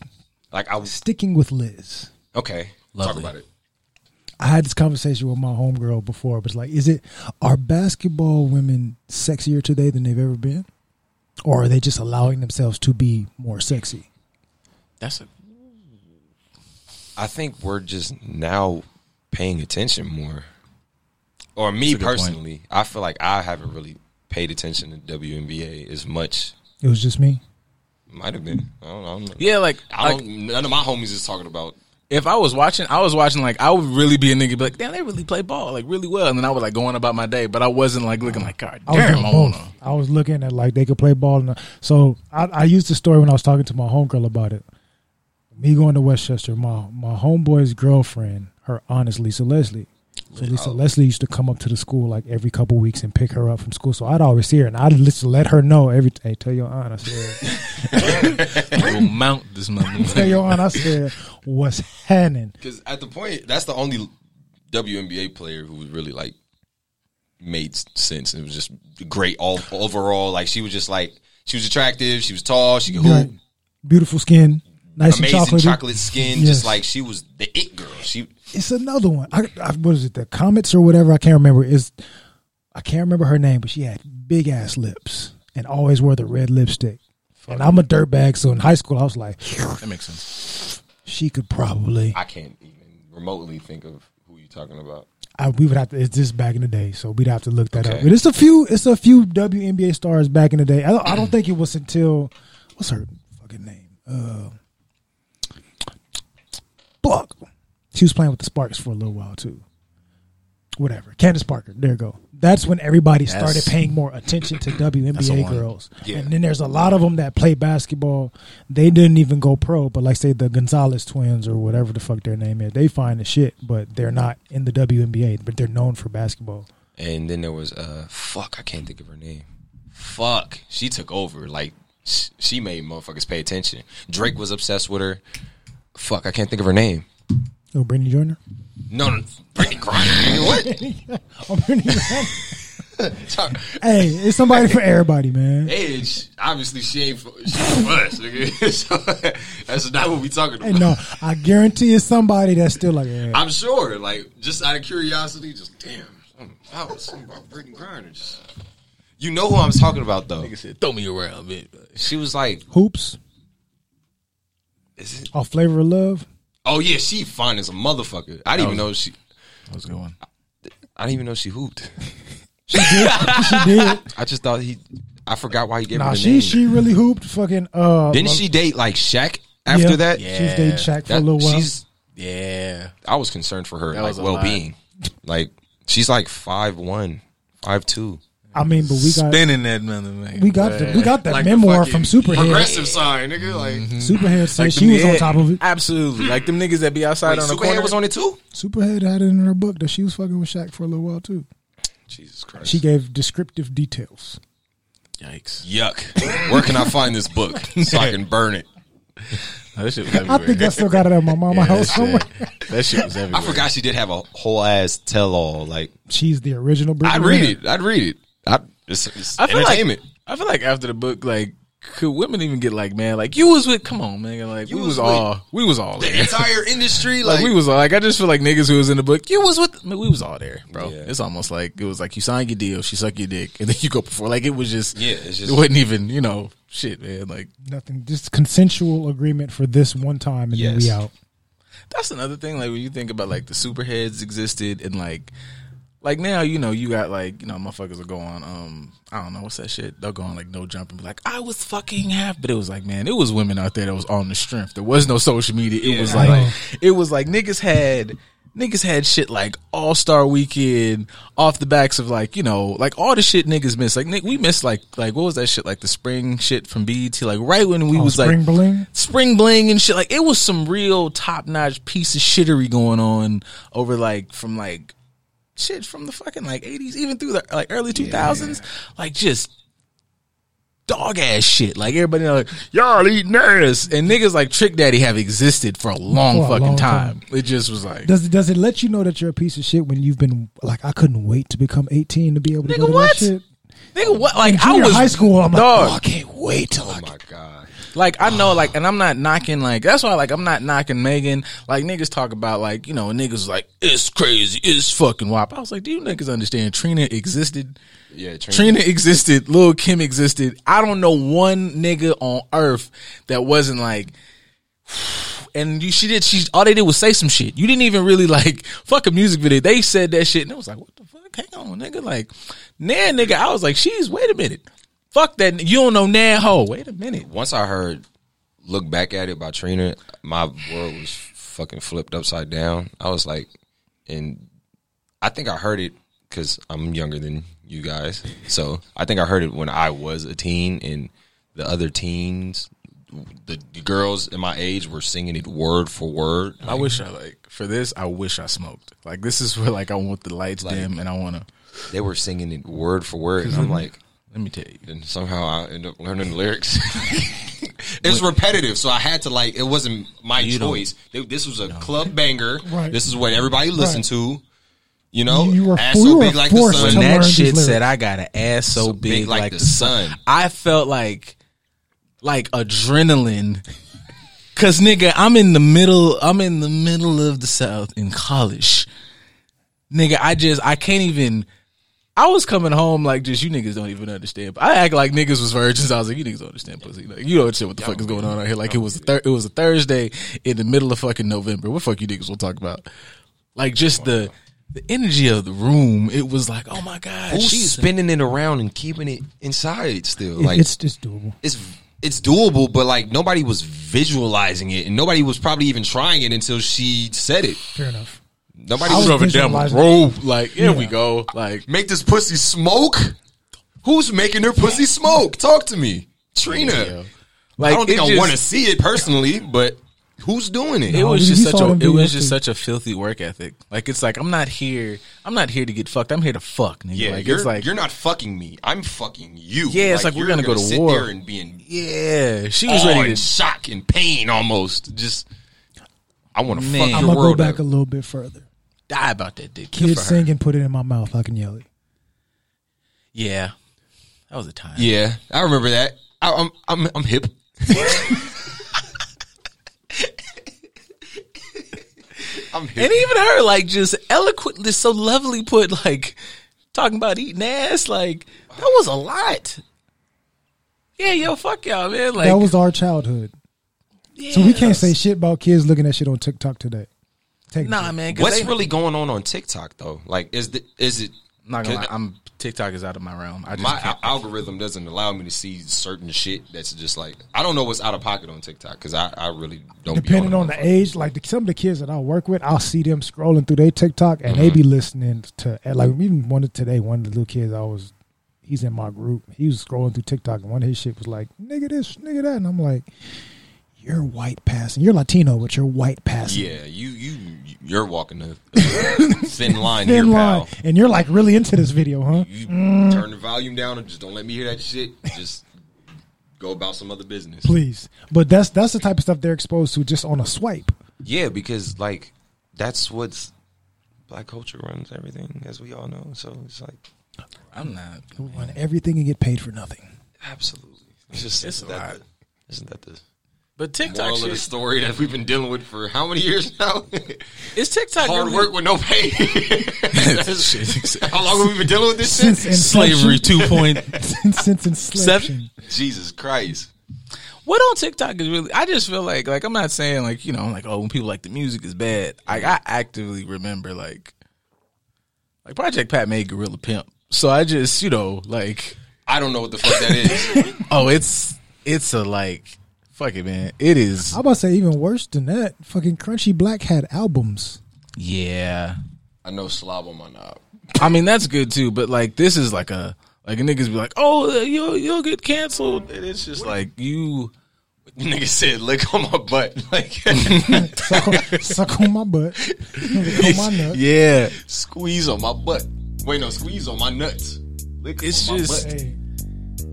[SPEAKER 6] Like I
[SPEAKER 3] sticking with Liz.
[SPEAKER 6] okay,
[SPEAKER 5] Lovely.
[SPEAKER 6] talk about it.
[SPEAKER 3] I had this conversation with my homegirl before. It was like, is it are basketball women sexier today than they've ever been, or are they just allowing themselves to be more sexy?
[SPEAKER 5] That's a
[SPEAKER 6] I think we're just now paying attention more. Or me
[SPEAKER 5] That's a good point.
[SPEAKER 6] personally, I feel like I haven't really paid attention to WNBA as much.
[SPEAKER 3] It was just me.
[SPEAKER 6] Might have been. I don't, I don't know.
[SPEAKER 5] yeah. Like
[SPEAKER 6] I
[SPEAKER 5] like,
[SPEAKER 6] don't. none of my homies is talking about.
[SPEAKER 5] if I was watching, I was watching like I would really be a nigga, be like, damn, they really play ball like really well, and then I would like go on about my day, but I wasn't like looking like, god
[SPEAKER 3] I was
[SPEAKER 5] damn,
[SPEAKER 3] doing
[SPEAKER 5] I
[SPEAKER 3] both.
[SPEAKER 5] wanna.
[SPEAKER 3] I was looking at like they could play ball. And, uh, so I, I used the story when I was talking to my homegirl about it. Me going to Westchester, my my homeboy's girlfriend, her aunt is Lisa Leslie. So Lisa Leslie used to come up to the school like every couple weeks and pick her up from school. So I'd always see her and I'd just let her know every hey, tell your aunt I said
[SPEAKER 5] I will mount this
[SPEAKER 3] tell
[SPEAKER 5] motherfucker.
[SPEAKER 3] your aunt I said what's happening.
[SPEAKER 6] Because at the point, that's the only WNBA player who was really like made s- sense. It was just great all overall. Like she was just like she was attractive. She was tall. She could hoop.
[SPEAKER 3] Right. Beautiful skin, nice and
[SPEAKER 6] Amazing
[SPEAKER 3] chocolate.
[SPEAKER 6] chocolate skin.
[SPEAKER 3] Yes.
[SPEAKER 6] Just like she was the it girl. She
[SPEAKER 3] it's another one. I, I what is it? The comments or whatever. I can't remember. Is I can't remember her name, but she had big ass lips and always wore the red lipstick. And I'm a dirtbag, so in high school I was like,
[SPEAKER 5] That makes sense.
[SPEAKER 3] she could probably.
[SPEAKER 6] I can't even remotely think of who you're talking about.
[SPEAKER 3] I, we would have to. It's just back in the day, so we'd have to look that up.
[SPEAKER 6] Okay.
[SPEAKER 3] But it's a few. It's a few WNBA stars back in the day. I, don't- I don't think it was until what's her fucking name? Uh, Block. She was playing with the Sparks for a little while too. Whatever. Candace Parker. There you go. That's when everybody started paying more attention to
[SPEAKER 5] the
[SPEAKER 3] WNBA
[SPEAKER 5] one.
[SPEAKER 3] girls.
[SPEAKER 6] Yeah.
[SPEAKER 3] And then there's a lot of them that play basketball. They didn't even go pro, but like say the Gonzalez twins or whatever the fuck their name is, they find the shit, but they're not in the WNBA, but they're known for basketball.
[SPEAKER 6] And then there was uh fuck, I can't think of her name. Fuck, she took over. Like sh- she made motherfuckers pay attention. Drake was obsessed with her. Fuck, I can't think of her name.
[SPEAKER 3] Oh, Brittany Joyner.
[SPEAKER 6] No, no Brittany Griner. nigga, What?
[SPEAKER 3] Oh, Brittany Joyner.
[SPEAKER 6] Talk-
[SPEAKER 3] hey, it's somebody for everybody, man.
[SPEAKER 6] Hey, sh obviously she ain't for, she ain't for us, nigga. So, that's not what we talking about.
[SPEAKER 3] Hey, no, I guarantee it's somebody that's still like, eh.
[SPEAKER 6] I'm sure, like just out of curiosity, just damn. I was something about Brittany Griner. just- You know who I'm talking about though.
[SPEAKER 5] said, throw me around, bitch.
[SPEAKER 6] She was like,
[SPEAKER 3] hoops.
[SPEAKER 6] Is it-
[SPEAKER 3] Oh, flavor of love.
[SPEAKER 6] "Oh yeah, she fine as a motherfucker." I didn't even know she.
[SPEAKER 5] That was a good one.
[SPEAKER 6] I didn't even know she hooped.
[SPEAKER 3] She did.
[SPEAKER 6] I just thought he. I forgot why he gave her
[SPEAKER 3] Nah,
[SPEAKER 6] the
[SPEAKER 3] she
[SPEAKER 6] name.
[SPEAKER 3] she really hooped. Fucking uh.
[SPEAKER 6] Didn't
[SPEAKER 3] well,
[SPEAKER 6] she date like Shaq after
[SPEAKER 3] yeah,
[SPEAKER 6] that?
[SPEAKER 3] she was dating Shaq for a
[SPEAKER 6] That-
[SPEAKER 3] little while.
[SPEAKER 6] She's.
[SPEAKER 5] Yeah.
[SPEAKER 6] I was concerned for her like
[SPEAKER 5] was a
[SPEAKER 6] well being. Like she's like five one, five two.
[SPEAKER 3] I mean, but we got
[SPEAKER 5] Spinning that mother, man.
[SPEAKER 3] we got the, we got that memoir from Superhead.
[SPEAKER 6] Progressive side, nigga. Like
[SPEAKER 3] Superhead said
[SPEAKER 5] Like
[SPEAKER 3] she
[SPEAKER 5] them-
[SPEAKER 3] was on
[SPEAKER 5] yeah,
[SPEAKER 3] top of it.
[SPEAKER 5] Absolutely. Like them niggas that be outside on the corner.
[SPEAKER 6] Superhead was on it too.
[SPEAKER 3] Superhead had it in her book that she was fucking with Shaq for a little while too.
[SPEAKER 6] Jesus Christ.
[SPEAKER 3] She gave descriptive details.
[SPEAKER 5] Yikes.
[SPEAKER 6] Yuck. Where can I find this book so I can burn it?
[SPEAKER 5] No, that shit was
[SPEAKER 3] I
[SPEAKER 5] everywhere.
[SPEAKER 3] think I still got it at my mama
[SPEAKER 5] Yeah, that
[SPEAKER 3] house somewhere.
[SPEAKER 5] shit- That shit was everywhere.
[SPEAKER 6] I forgot she did have a whole ass tell all. Like
[SPEAKER 3] She's the original. Britney
[SPEAKER 6] I'd read
[SPEAKER 3] Renner.
[SPEAKER 6] it. I'd read it. I, it's, it's
[SPEAKER 5] I feel
[SPEAKER 6] entertainment.
[SPEAKER 5] like I feel like after the book, like could women even get like man, like you was with? Come on, man, like we
[SPEAKER 6] was
[SPEAKER 5] was
[SPEAKER 6] with-
[SPEAKER 5] all we was all there.
[SPEAKER 6] entire industry.
[SPEAKER 5] Like we was all, like I just feel like niggas who was in the book, you was with man, we was all there, bro.
[SPEAKER 6] Yeah.
[SPEAKER 5] It's almost like it was like you signed your deal, she sucked your dick, and then you go before. Like it was just
[SPEAKER 6] Yeah, it's just-
[SPEAKER 5] it wasn't even you know shit, man. Like
[SPEAKER 3] Nothing. Just consensual agreement for this one time, and then we
[SPEAKER 6] Yes.
[SPEAKER 3] out.
[SPEAKER 5] that's another thing. Like when you think about like the superheads existed and like like now, you know, you got like, you know, motherfuckers will go on, um, I don't know, what's that shit? They'll go on like no jump and be like, I was fucking half but it was like, man, it was women out there that was on the strength. There was no social media. It was like it was like niggas had niggas had shit like All Star Weekend off the backs of like, you know, like all the shit niggas missed. Like Nick, we missed like like what was that shit? Like the spring shit from BET, like right when we
[SPEAKER 3] Oh,
[SPEAKER 5] was
[SPEAKER 3] spring
[SPEAKER 5] like
[SPEAKER 3] bling?
[SPEAKER 5] spring bling and shit. Like it was some real top notch piece of shittery going on over like from like shit from the fucking like eighties, even through the like early two thousands. Like just dog ass shit. Like everybody like y'all eating ass and niggas like Trick Daddy have existed for a long
[SPEAKER 3] For a
[SPEAKER 5] fucking
[SPEAKER 3] long
[SPEAKER 5] time. It just was like
[SPEAKER 3] Does it does it let you know that you're a piece of shit when you've been like I couldn't wait to become 18 to be able to
[SPEAKER 5] Nigga,
[SPEAKER 3] go to
[SPEAKER 5] what?
[SPEAKER 3] that shit.
[SPEAKER 5] nigga what like I
[SPEAKER 3] Junior
[SPEAKER 5] was
[SPEAKER 3] high school, I'm like,
[SPEAKER 5] Dog.
[SPEAKER 3] oh, I can't wait till I get
[SPEAKER 5] Like I know, like, and I'm not knocking. Like that's why, like, I'm not knocking Megan. Like niggas talk about, like, you know, niggas was like it's crazy, it's fucking wop. I was like, do you niggas understand? Trina existed.
[SPEAKER 6] yeah, Trina.
[SPEAKER 5] Trina existed. Lil Kim existed. I don't know one nigga on earth that wasn't like. And you, she did. She all they did was say some shit. You didn't even really like fuck a music video. They said that shit, and it was like, what the fuck? Hang on, nigga. Like, nah, nigga. I was like, she's. Wait a minute. Fuck that. You don't know nah ho. Wait a minute.
[SPEAKER 6] Once I heard "Look Back at It" by Trina, my world was fucking flipped upside down. I was like, and I think I heard it because I'm younger than you guys, so I think I heard it when I was a teen, and the other teens, the, the girls in my age, were singing it word for word.
[SPEAKER 5] I wish I like for this. I wish I smoked. Like this is where like I want the lights dim and I want to.
[SPEAKER 6] They were singing it word for word, and I'm like.
[SPEAKER 5] Let me tell you.
[SPEAKER 6] and somehow I end up learning the lyrics. it's repetitive, so I had to like. It wasn't my choice. Th- This was a club banger.
[SPEAKER 3] Right.
[SPEAKER 6] This is what everybody listened to. You know,
[SPEAKER 3] You- you were-
[SPEAKER 6] ass
[SPEAKER 3] you
[SPEAKER 6] so
[SPEAKER 3] were
[SPEAKER 6] big like the
[SPEAKER 3] forced
[SPEAKER 6] sun,
[SPEAKER 3] to
[SPEAKER 5] When
[SPEAKER 3] learn
[SPEAKER 5] that
[SPEAKER 3] these
[SPEAKER 5] shit said,
[SPEAKER 3] lyrics.
[SPEAKER 5] I got an ass so, big, like, the,
[SPEAKER 6] sun.
[SPEAKER 5] I felt like like adrenaline. Cause nigga, I'm in the middle. I'm in the middle of the South in college. Nigga, I just I can't even. I was coming home like just you niggas don't even understand. I act like niggas was virgins. I was like you niggas don't understand pussy. Like you don't understand what the fuck is going on out here. Like it was a thir- it was a Thursday in the middle of fucking November. What fuck you niggas will talk about? Like just the the energy of the room. It was like oh my god,
[SPEAKER 6] Who's
[SPEAKER 5] she's
[SPEAKER 6] spinning it around and keeping it inside still? Like
[SPEAKER 3] it's just doable.
[SPEAKER 6] it's it's doable, but like nobody was visualizing it, and nobody was probably even trying it until she said it.
[SPEAKER 3] Fair enough.
[SPEAKER 6] Nobody
[SPEAKER 3] I
[SPEAKER 6] was
[SPEAKER 3] was
[SPEAKER 5] drove it down my
[SPEAKER 3] visualizing-
[SPEAKER 5] road. Like, here we go. Like,
[SPEAKER 6] make this pussy smoke. Who's making her pussy smoke? Talk to me, Trina.
[SPEAKER 5] like
[SPEAKER 6] I don't think
[SPEAKER 5] it
[SPEAKER 6] I
[SPEAKER 5] just-
[SPEAKER 6] want to see it personally, but Who's doing it?
[SPEAKER 5] It
[SPEAKER 3] No,
[SPEAKER 5] was
[SPEAKER 3] we-
[SPEAKER 5] just
[SPEAKER 3] we
[SPEAKER 5] such
[SPEAKER 3] saw
[SPEAKER 5] a
[SPEAKER 3] them
[SPEAKER 5] it
[SPEAKER 3] do
[SPEAKER 5] was
[SPEAKER 3] that
[SPEAKER 5] just
[SPEAKER 3] too.
[SPEAKER 5] such a filthy work ethic. Like it's like I'm not here. I'm not here to get fucked. I'm here to fuck. Nigga.
[SPEAKER 6] Yeah,
[SPEAKER 5] like,
[SPEAKER 6] you're
[SPEAKER 5] it's like
[SPEAKER 6] you're not fucking me. I'm fucking you.
[SPEAKER 5] Yeah, it's like we're
[SPEAKER 6] you're
[SPEAKER 5] gonna go to
[SPEAKER 6] sit
[SPEAKER 5] war.
[SPEAKER 6] there and be in
[SPEAKER 5] Yeah, she was
[SPEAKER 6] awe
[SPEAKER 5] ready
[SPEAKER 6] and
[SPEAKER 5] to.
[SPEAKER 6] shock and pain almost. Just I want to
[SPEAKER 5] Man.
[SPEAKER 6] fuck
[SPEAKER 5] I'm
[SPEAKER 3] I'm
[SPEAKER 6] your
[SPEAKER 3] gonna go
[SPEAKER 6] world
[SPEAKER 3] back
[SPEAKER 6] up.
[SPEAKER 3] a little bit further.
[SPEAKER 5] die about that dick. Good
[SPEAKER 3] Kids
[SPEAKER 5] for her.
[SPEAKER 3] sing and put it in my mouth. I can yell it.
[SPEAKER 5] Yeah, that was a time.
[SPEAKER 6] Yeah, I remember that. I, I'm I'm I'm hip. I'm hip.
[SPEAKER 5] and even her like just eloquently, so lovely put like talking about eating ass. Like that was a lot. Yeah, yo, fuck y'all, man. Like
[SPEAKER 3] that was our childhood. So we can't say shit about kids looking at shit on TikTok today. Take
[SPEAKER 5] nah, man. 'cause
[SPEAKER 6] What's
[SPEAKER 5] they-
[SPEAKER 6] really going on on TikTok though? Like, is the is it
[SPEAKER 5] I'm not gonna lie, I'm TikTok is out of my realm. I just
[SPEAKER 6] my
[SPEAKER 5] can't.
[SPEAKER 6] al- algorithm doesn't allow me to see certain shit that's just like I don't know what's out of pocket on TikTok because I, I really don't. be
[SPEAKER 3] Depending
[SPEAKER 6] on,
[SPEAKER 3] on the age, like the, some of the kids that I work with, I'll see them scrolling through their TikTok and
[SPEAKER 5] Mm-hmm.
[SPEAKER 3] they be listening to and, like even one of today, one of the little kids I was, he's in my group. He was scrolling through TikTok and one of his shit was like nigga this, nigga that, and I'm like, you're white passing, you're Latino, but you're white passing.
[SPEAKER 6] Yeah, you you you're walking a a thin line
[SPEAKER 3] Thin
[SPEAKER 6] here,
[SPEAKER 3] line,
[SPEAKER 6] pal.
[SPEAKER 3] Mm. and you're like really into this video, huh?
[SPEAKER 6] You turn the volume down and just don't let me hear that shit. Just go about some other business.
[SPEAKER 3] Please, but that's that's the type of stuff they're exposed to just on a swipe.
[SPEAKER 6] Yeah, because like that's what's black culture runs everything, as we all know. So it's like
[SPEAKER 5] I'm not.
[SPEAKER 3] Run everything and get paid for nothing.
[SPEAKER 6] absolutely. It's just
[SPEAKER 5] It's
[SPEAKER 6] isn't
[SPEAKER 5] a
[SPEAKER 6] that
[SPEAKER 5] lot.
[SPEAKER 6] the, isn't that the
[SPEAKER 5] But TikTok
[SPEAKER 6] moral of the
[SPEAKER 5] shit
[SPEAKER 6] story that we've been dealing with for how many years now?
[SPEAKER 5] is TikTok
[SPEAKER 6] Hard
[SPEAKER 5] really-
[SPEAKER 6] work with no pay. That's- how long have we been dealing with this shit?
[SPEAKER 3] Since
[SPEAKER 5] Slavery two point
[SPEAKER 3] since, since
[SPEAKER 5] seven.
[SPEAKER 3] enslavement.
[SPEAKER 6] Jesus Christ.
[SPEAKER 5] What on TikTok is really? I just feel like like I'm not saying like you know like oh when people like the music is bad. Like I actively remember like like Project Pat made Gorilla Pimp. So I just you know like
[SPEAKER 6] I don't know what the fuck that is.
[SPEAKER 5] oh it's it's a like fuck it man it is
[SPEAKER 3] I'm about to say even worse than that. Fucking Crunchy Black had albums.
[SPEAKER 5] yeah.
[SPEAKER 6] I know slob on my knob.
[SPEAKER 5] I mean that's good too, but like this is like a like niggas be like oh you'll you'll get canceled and it's just like you
[SPEAKER 6] Nigga said, lick on my butt. Like,
[SPEAKER 3] Suck on, suck on my butt. on my nut.
[SPEAKER 5] yeah
[SPEAKER 6] squeeze on my butt. Wait, no, squeeze on my nuts. Lick
[SPEAKER 5] It's
[SPEAKER 6] on my
[SPEAKER 5] just-
[SPEAKER 6] butt.
[SPEAKER 3] Hey,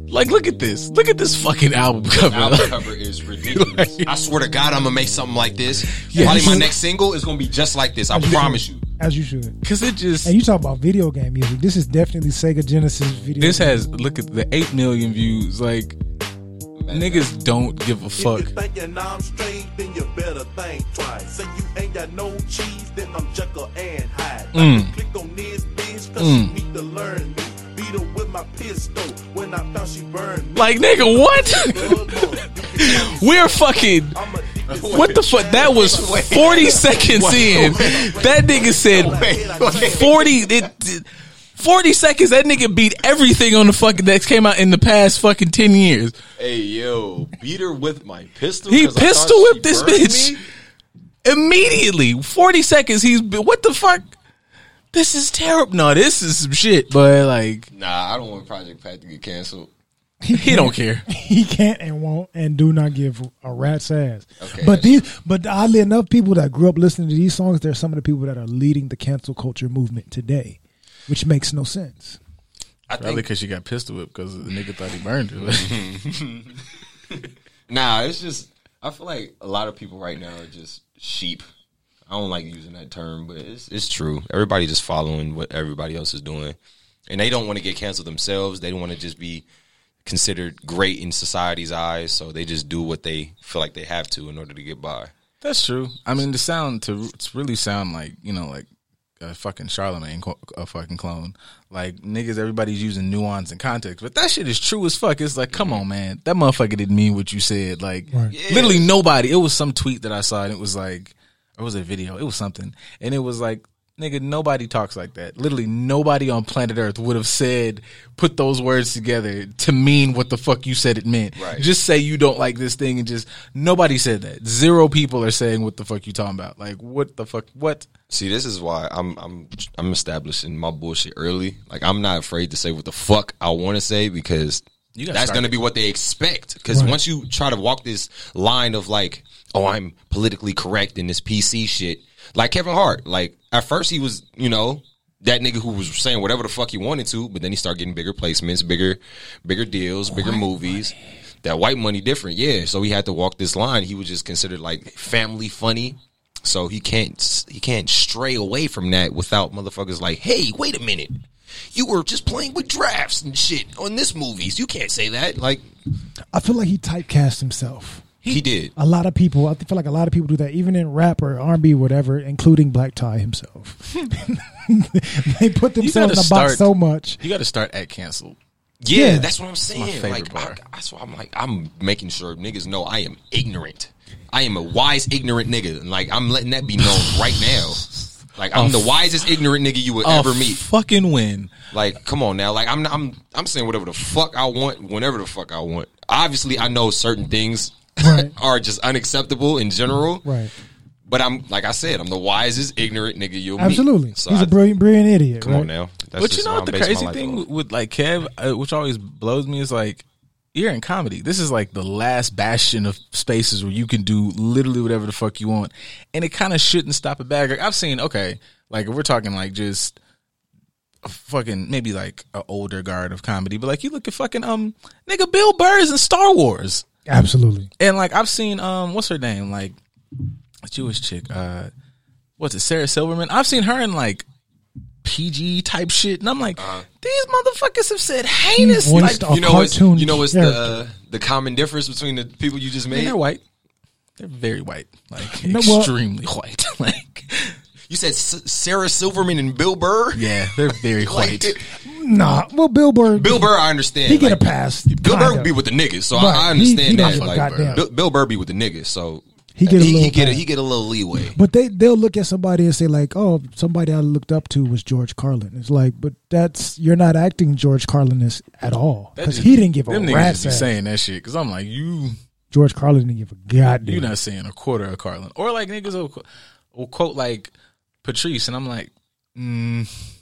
[SPEAKER 5] like look at this look at this fucking album cover
[SPEAKER 6] Album cover is ridiculous. I swear to God, I'm gonna make something like this. Probably my next single is gonna be just like this. I promise you.
[SPEAKER 3] as you should.
[SPEAKER 5] because it just
[SPEAKER 3] And you talk about video game music. This is definitely Sega Genesis video.
[SPEAKER 5] This has look at the eight million views. Like niggas don't give a fuck.
[SPEAKER 9] If you thinking I'm straight, then you better think twice. Say you ain't got no cheese, then I'm Jekyll and Hyde. Like
[SPEAKER 5] Mm.
[SPEAKER 9] you Click on this bitch, cause she need to learn me. Beat her with my pistol when I found she burned me.
[SPEAKER 5] Like nigga, what?
[SPEAKER 9] Good Lord, you can tell me
[SPEAKER 5] We're fucking.
[SPEAKER 9] I'm addicted to
[SPEAKER 5] What the fuck? That was forty seconds in. That nigga said forty. It, it- forty seconds. That nigga beat everything on the fucking that came out in the past fucking ten years.
[SPEAKER 6] Hey yo, beat her with my pistol.
[SPEAKER 5] He
[SPEAKER 6] 'cause I thought
[SPEAKER 5] pistol whipped
[SPEAKER 6] she
[SPEAKER 5] this
[SPEAKER 6] burned
[SPEAKER 5] bitch.
[SPEAKER 6] me?
[SPEAKER 5] Immediately, forty seconds. He's been- what the fuck? This is terrible. No, this is some shit. But like,
[SPEAKER 6] Nah, I don't want Project Pat to get canceled.
[SPEAKER 5] he don't care.
[SPEAKER 3] he can't and won't and do not give a rat's ass.
[SPEAKER 6] Okay.
[SPEAKER 3] But these, but oddly enough, people that grew up listening to these songs, they're some of the people that are leading the cancel culture movement today, which makes no sense.
[SPEAKER 6] I
[SPEAKER 5] Probably
[SPEAKER 6] think.
[SPEAKER 5] because she got pistol whipped because the nigga thought he burned her.
[SPEAKER 6] Nah, it's just. I feel like a lot of people right now are just sheep. I don't like using that term, but it's it's true. Everybody just following what everybody else is doing, and they don't want to get canceled themselves. They want to just be considered great in society's eyes, so they just do what they feel like they have to in order to get by.
[SPEAKER 5] That's true. I mean, the sound to to really sound like you know, like a fucking Charlemagne, co- a fucking clone. Like niggas, everybody's using nuance and context, but that shit is true as fuck. It's like, come on, man, that motherfucker didn't mean what you said. Like, literally nobody. It was some tweet that I saw, and it was like, or was it a video? It was something, and it was like. Nigga, nobody talks like that. Literally, nobody on planet Earth would have said, put those words together to mean what the fuck you said it meant.
[SPEAKER 6] Right.
[SPEAKER 5] Just say you don't like this thing and just nobody said that. Zero people are saying what the fuck you talking about. Like what the fuck what?
[SPEAKER 6] See, this is why I'm I'm I'm establishing my bullshit early. Like I'm not afraid to say what the fuck I want to say because
[SPEAKER 5] You gotta
[SPEAKER 6] that's
[SPEAKER 5] start-
[SPEAKER 6] going to be what they expect. Because
[SPEAKER 3] Right.
[SPEAKER 6] once you try to walk this line of like, oh, I'm politically correct in this PC shit, like Kevin Hart, like at first he was, you know, that nigga who was saying whatever the fuck he wanted to, but then he started getting bigger placements, bigger, bigger deals, bigger movies. That white money different, yeah. So he had to walk this line. He was just considered like family funny. So he can't he can't stray away from that without motherfuckers like, hey, wait a minute, you were just playing with drafts and shit on this movies. You can't say that. Like
[SPEAKER 3] I feel like he typecast himself.
[SPEAKER 6] he Uh, did.
[SPEAKER 3] A lot of people, I feel like a lot of people do that, even in rap or R&B, whatever, including Black Tie himself. they put themselves in
[SPEAKER 5] gotta
[SPEAKER 3] a
[SPEAKER 5] start-
[SPEAKER 3] box so much.
[SPEAKER 5] You got to start at canceled.
[SPEAKER 6] Yeah,
[SPEAKER 3] Yeah.
[SPEAKER 6] that's what I'm saying.
[SPEAKER 5] favorite
[SPEAKER 6] Like I,
[SPEAKER 5] bar.
[SPEAKER 6] that's why I'm like I'm making sure niggas know I am ignorant. I am a wise ignorant nigga, and like I'm letting that be known right now. Like I'm the wisest ignorant nigga you will ever
[SPEAKER 5] A
[SPEAKER 6] meet.
[SPEAKER 5] Fucking win.
[SPEAKER 6] Like, come on now. Like, I'm not, I'm I'm saying whatever the fuck I want, whenever the fuck I want. Obviously, I know certain things
[SPEAKER 3] Right.
[SPEAKER 6] are just unacceptable in general.
[SPEAKER 3] Right.
[SPEAKER 6] But I'm like I said, I'm the wisest ignorant nigga you'll meet.
[SPEAKER 3] Absolutely.
[SPEAKER 6] So
[SPEAKER 3] He's a
[SPEAKER 6] I-
[SPEAKER 3] brilliant, brilliant idiot.
[SPEAKER 6] Come
[SPEAKER 3] right?
[SPEAKER 6] on now. That's
[SPEAKER 5] but you
[SPEAKER 6] just
[SPEAKER 5] know
[SPEAKER 6] what
[SPEAKER 5] what
[SPEAKER 6] I'm
[SPEAKER 5] the
[SPEAKER 6] basing my
[SPEAKER 5] crazy
[SPEAKER 6] life
[SPEAKER 5] thing
[SPEAKER 6] on.
[SPEAKER 5] with like Kev, uh, which always blows me, is like you're in comedy. This is like the last bastion of spaces where you can do literally whatever the fuck you want, and it kind of shouldn't stop a bag. Like, I've seen okay, like if we're talking like just a fucking maybe like an older guard of comedy, but like you look at fucking um nigga Bill Burr is in Star Wars.
[SPEAKER 3] Absolutely.
[SPEAKER 5] And like I've seen um what's her name? Like a Jewish chick. Uh what's it, Sarah Silverman? I've seen her in like PG type shit. And I'm like, these motherfuckers have said heinous like
[SPEAKER 3] voiced a
[SPEAKER 6] you know what's,
[SPEAKER 3] cartoon
[SPEAKER 6] you know what's
[SPEAKER 3] character.
[SPEAKER 6] the the common difference between the people you just
[SPEAKER 5] and
[SPEAKER 6] made?
[SPEAKER 5] they're white. They're very white. Like
[SPEAKER 3] No, well-
[SPEAKER 5] extremely white. like
[SPEAKER 6] You said S- Sarah Silverman and Bill Burr.
[SPEAKER 5] Yeah, they're very
[SPEAKER 6] Like,
[SPEAKER 5] white.
[SPEAKER 6] it-
[SPEAKER 3] Nah. Well, Bill Burr,
[SPEAKER 6] uh, Bill Burr, I understand.
[SPEAKER 3] he get
[SPEAKER 6] Like,
[SPEAKER 3] a pass.
[SPEAKER 6] Bill Burr
[SPEAKER 3] kinda.
[SPEAKER 6] would be with the niggas, so
[SPEAKER 3] Right.
[SPEAKER 6] I, I
[SPEAKER 3] He- he
[SPEAKER 6] understand
[SPEAKER 3] don't
[SPEAKER 6] that.
[SPEAKER 3] give a
[SPEAKER 6] Like,
[SPEAKER 3] goddamn.
[SPEAKER 6] Bill, Bill Burr be with the niggas, so
[SPEAKER 3] He get a
[SPEAKER 6] he
[SPEAKER 3] little
[SPEAKER 6] get a,
[SPEAKER 3] pass.
[SPEAKER 6] he get a little leeway.
[SPEAKER 3] But they they'll look at somebody and say like, "Oh, somebody I looked up to was George Carlin." It's like, but that's you're not acting George Carlin is at all because he didn't give a
[SPEAKER 5] Them niggas
[SPEAKER 3] rat's
[SPEAKER 5] just be
[SPEAKER 3] ass.
[SPEAKER 5] saying that shit because I'm like, you
[SPEAKER 3] George Carlin didn't give a goddamn.
[SPEAKER 5] you not saying a quarter of Carlin. Or like niggas will, qu- will quote like Patrice and I'm like,